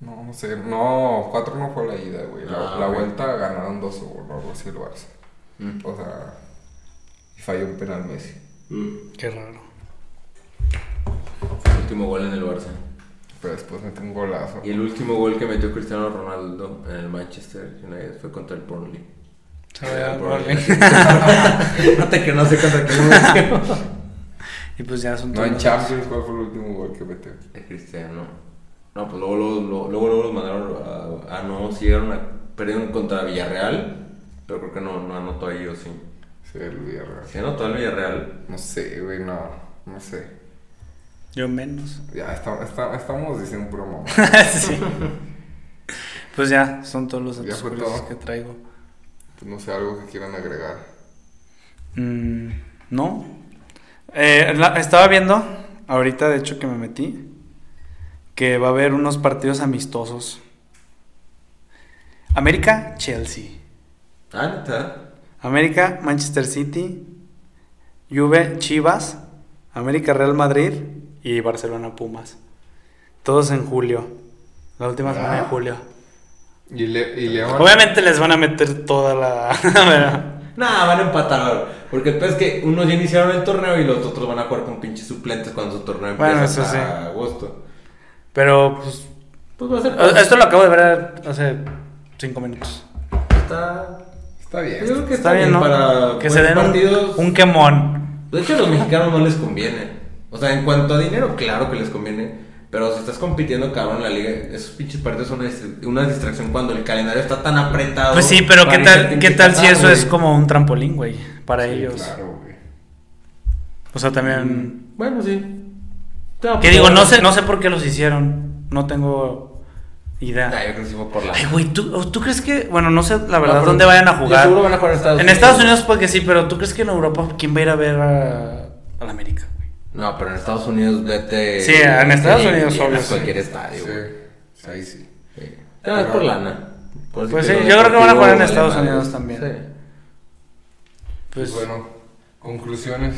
[SPEAKER 1] No, no sé. No, 4 no fue la ida, güey. La,
[SPEAKER 2] Ah,
[SPEAKER 1] la
[SPEAKER 2] ok.
[SPEAKER 1] vuelta ganaron 2 o no, algo así el Barça.
[SPEAKER 2] Mm.
[SPEAKER 1] O sea, y falló un penal Messi.
[SPEAKER 3] qué raro.
[SPEAKER 2] Último gol en Mm. el Barça.
[SPEAKER 1] Pero después metió un golazo.
[SPEAKER 2] Y el último gol que metió Cristiano Ronaldo en el Manchester United fue contra el Burnley.
[SPEAKER 3] Se fue al
[SPEAKER 2] Burnley.
[SPEAKER 3] Burnley.
[SPEAKER 2] no te que no sé contra quién lo metió.
[SPEAKER 3] Y pues ya son
[SPEAKER 1] No, en
[SPEAKER 3] todos.
[SPEAKER 1] Champions, ¿cuál fue el último gol que metió?
[SPEAKER 2] De Cristiano. No, pues luego, luego, luego, luego, luego los mandaron a... Ah, no, sí, era una... Perdieron contra Villarreal. Pero creo que no, no anotó ahí, o sí.
[SPEAKER 1] Sí, el Villarreal.
[SPEAKER 2] Sí anotó el Villarreal.
[SPEAKER 1] No sé, güey, no. No sé.
[SPEAKER 3] Yo menos.
[SPEAKER 1] Ya, está- está- estamos diciendo puro mamá.
[SPEAKER 3] Sí. Pues ya, son todos los
[SPEAKER 1] Ya
[SPEAKER 3] datos
[SPEAKER 1] fue
[SPEAKER 3] curiosos
[SPEAKER 1] todo.
[SPEAKER 3] que traigo.
[SPEAKER 1] No sé, algo que quieran agregar.
[SPEAKER 3] Mm, no. Eh, la- estaba viendo, ahorita de hecho que me metí, que va a haber unos partidos amistosos. América, Chelsea.
[SPEAKER 2] Ah, neta.
[SPEAKER 3] América, Manchester City. Juve, Chivas. América, Real Madrid. Y Barcelona, Pumas. Todos en julio. La última semana de
[SPEAKER 1] Ah.
[SPEAKER 3] julio.
[SPEAKER 1] Y, le, y León.
[SPEAKER 3] Obviamente les van a meter toda la...
[SPEAKER 2] Nah, van a empatar. Porque el peor es que unos ya iniciaron el torneo y los otros van a jugar con pinches suplentes cuando su torneo empieza
[SPEAKER 3] Bueno, eso
[SPEAKER 2] hasta
[SPEAKER 3] sí.
[SPEAKER 2] agosto.
[SPEAKER 3] Pero pues
[SPEAKER 2] Pues va a ser.
[SPEAKER 3] O- Esto lo acabo de ver hace cinco minutos.
[SPEAKER 2] Está.
[SPEAKER 1] Está
[SPEAKER 2] Yo
[SPEAKER 1] bien.
[SPEAKER 2] creo que
[SPEAKER 3] Está bien, ¿no?
[SPEAKER 2] Para
[SPEAKER 3] que
[SPEAKER 2] buenos
[SPEAKER 3] se den un,
[SPEAKER 2] partidos.
[SPEAKER 3] un quemón.
[SPEAKER 2] De hecho, a los mexicanos no les conviene. O sea, en cuanto a dinero, claro que les conviene. Pero si estás compitiendo, cabrón, en la liga, esos pinches partidos son una, distr- una distracción cuando el calendario está tan apretado.
[SPEAKER 3] Pues sí, pero ¿qué
[SPEAKER 2] para
[SPEAKER 3] tal,
[SPEAKER 2] irte
[SPEAKER 3] qué
[SPEAKER 2] en
[SPEAKER 3] tal si
[SPEAKER 2] picada,
[SPEAKER 3] eso es
[SPEAKER 2] güey?
[SPEAKER 3] como un trampolín, güey? Para
[SPEAKER 1] Sí,
[SPEAKER 3] ellos.
[SPEAKER 1] Claro, güey.
[SPEAKER 3] O sea, también...
[SPEAKER 2] Bueno, sí. Mm.
[SPEAKER 3] Que digo, no sé, no sé por qué los hicieron. No tengo
[SPEAKER 2] Ah,
[SPEAKER 3] idea.
[SPEAKER 2] yo creo que sí fue por la.
[SPEAKER 3] Ay, güey, ¿tú, o ¿tú crees que...? Bueno, no sé la verdad
[SPEAKER 2] No, pero-
[SPEAKER 3] dónde vayan a
[SPEAKER 2] yo
[SPEAKER 3] jugar.
[SPEAKER 2] Seguro van a jugar en Estados
[SPEAKER 3] en Estados Unidos pues que sí, pero ¿tú crees que en Europa quién va a ir a ver a, a la América? güey?
[SPEAKER 2] No, pero en Estados Unidos vete.
[SPEAKER 3] Sí, en Estados Unidos,
[SPEAKER 2] llenas
[SPEAKER 3] obvio, sí.
[SPEAKER 2] cualquier estadio,
[SPEAKER 1] Sí,
[SPEAKER 2] güey.
[SPEAKER 1] ahí sí.
[SPEAKER 2] Sí. No, es por lana. Por
[SPEAKER 3] Pues
[SPEAKER 2] si
[SPEAKER 3] sí,
[SPEAKER 2] lo
[SPEAKER 3] yo creo que van
[SPEAKER 2] deportivo
[SPEAKER 3] a jugar en
[SPEAKER 2] vale
[SPEAKER 3] Estados
[SPEAKER 2] madre.
[SPEAKER 3] Unidos también.
[SPEAKER 2] Sí.
[SPEAKER 3] Pues,
[SPEAKER 1] Bueno, conclusiones.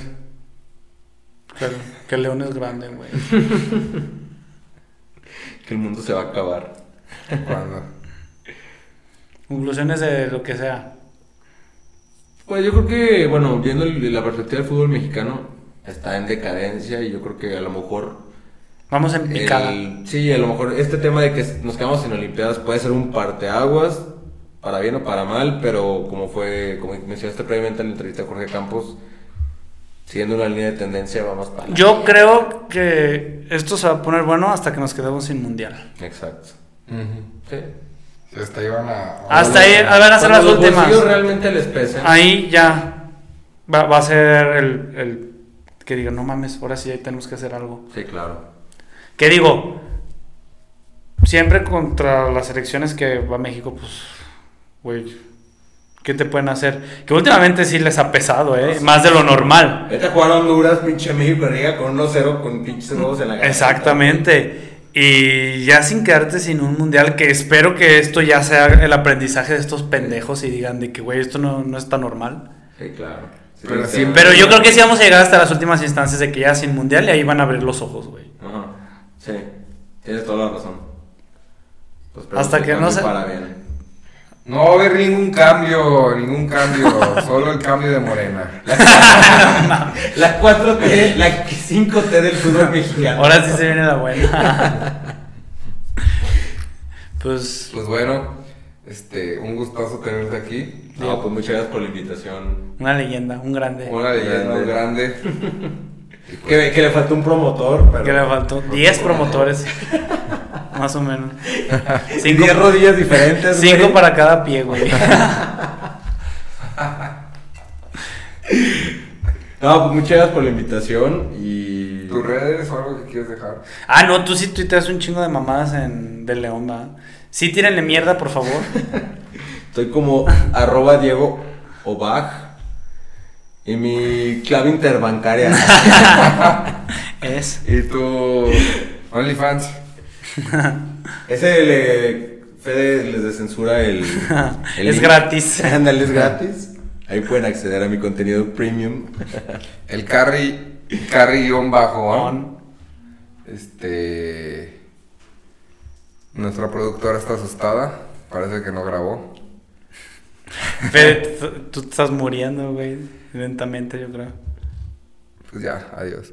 [SPEAKER 3] que, que León es grande, güey.
[SPEAKER 2] Que el mundo se va a acabar.
[SPEAKER 1] Cuando.
[SPEAKER 3] Conclusiones de lo que sea.
[SPEAKER 2] Pues yo creo que, bueno, viendo el- la perspectiva del fútbol mexicano, está en decadencia y yo creo que a lo mejor
[SPEAKER 3] Vamos en picada.
[SPEAKER 2] El- sí, a lo mejor este tema de que nos quedamos en Olimpiadas puede ser un parteaguas, para bien o para mal, pero como fue, como mencionaste previamente en la entrevista de Jorge Campos, siguiendo una línea de tendencia, vamos para adelante.
[SPEAKER 3] Yo creo que esto se va a poner bueno hasta que nos quedemos sin mundial.
[SPEAKER 2] Exacto. Sí.
[SPEAKER 1] Sí, Hasta iban a. a-
[SPEAKER 3] Hasta ahí, a ver, hacer las
[SPEAKER 2] Cuando los
[SPEAKER 3] últimas.
[SPEAKER 2] bolsillos realmente les pesen.
[SPEAKER 3] Ahí ya va, va a ser el, el que diga, no mames, ahora sí tenemos que hacer algo.
[SPEAKER 2] Sí, claro.
[SPEAKER 3] Que digo, siempre contra las elecciones que va México, pues, güey, ¿qué te pueden hacer? Que últimamente sí les ha pesado, ¿eh? Más de lo normal.
[SPEAKER 2] Vete a jugar a Honduras, pinche México, llega con 1-0 con pinches huevos en la garganta.
[SPEAKER 3] Exactamente. Y ya sin quedarte sin un mundial, que espero que esto ya sea el aprendizaje de estos pendejos y digan de que, güey, esto no, no está normal.
[SPEAKER 2] Sí, claro. Sí,
[SPEAKER 1] Pero
[SPEAKER 2] sí,
[SPEAKER 1] sí,
[SPEAKER 2] sí.
[SPEAKER 3] Pero yo creo que sí vamos a llegar hasta las últimas instancias de que ya sin mundial y ahí van a abrir los ojos, güey.
[SPEAKER 2] Ajá. Sí, tienes toda la razón. Pues, pero
[SPEAKER 3] Hasta que no se-
[SPEAKER 2] Para bien.
[SPEAKER 1] No va a haber ningún cambio, ningún cambio, solo el cambio de Morena.
[SPEAKER 2] La 4T, la 5T del fútbol mexicano.
[SPEAKER 3] Ahora sí se viene la buena. pues
[SPEAKER 1] Pues bueno, este, un gustazo tenerte aquí.
[SPEAKER 2] No, pues muchas gracias por la invitación.
[SPEAKER 3] Una leyenda, un grande.
[SPEAKER 1] Una leyenda grande.
[SPEAKER 2] Que, que le faltó un promotor, pero.
[SPEAKER 3] Que le faltó 10 promotores. Más o menos. 5
[SPEAKER 2] Diez rodillas diferentes. güey.
[SPEAKER 3] para cada pie, güey.
[SPEAKER 2] No, pues muchas gracias por la invitación y.
[SPEAKER 1] ¿Tus redes o algo que quieres dejar?
[SPEAKER 3] Ah, no, tú sí tuiteas un chingo de mamadas en del León, ¿verdad? Sí, tírenle mierda, por favor.
[SPEAKER 2] Estoy como arroba Diego Obag. Y mi clave interbancaria.
[SPEAKER 3] Es.
[SPEAKER 1] ¿Y tu OnlyFans?
[SPEAKER 2] Ese le. Fede les descensura el. el
[SPEAKER 3] Es
[SPEAKER 2] link.
[SPEAKER 3] gratis.
[SPEAKER 2] Ándale, es gratis. Ahí pueden acceder a mi contenido premium.
[SPEAKER 1] El carry, carry-bajo, bajo
[SPEAKER 3] On.
[SPEAKER 1] Este... Nuestra productora está asustada, parece que no grabó.
[SPEAKER 3] Fede, tú- tú te estás muriendo, güey. Lentamente, yo creo.
[SPEAKER 1] Pues ya, adiós.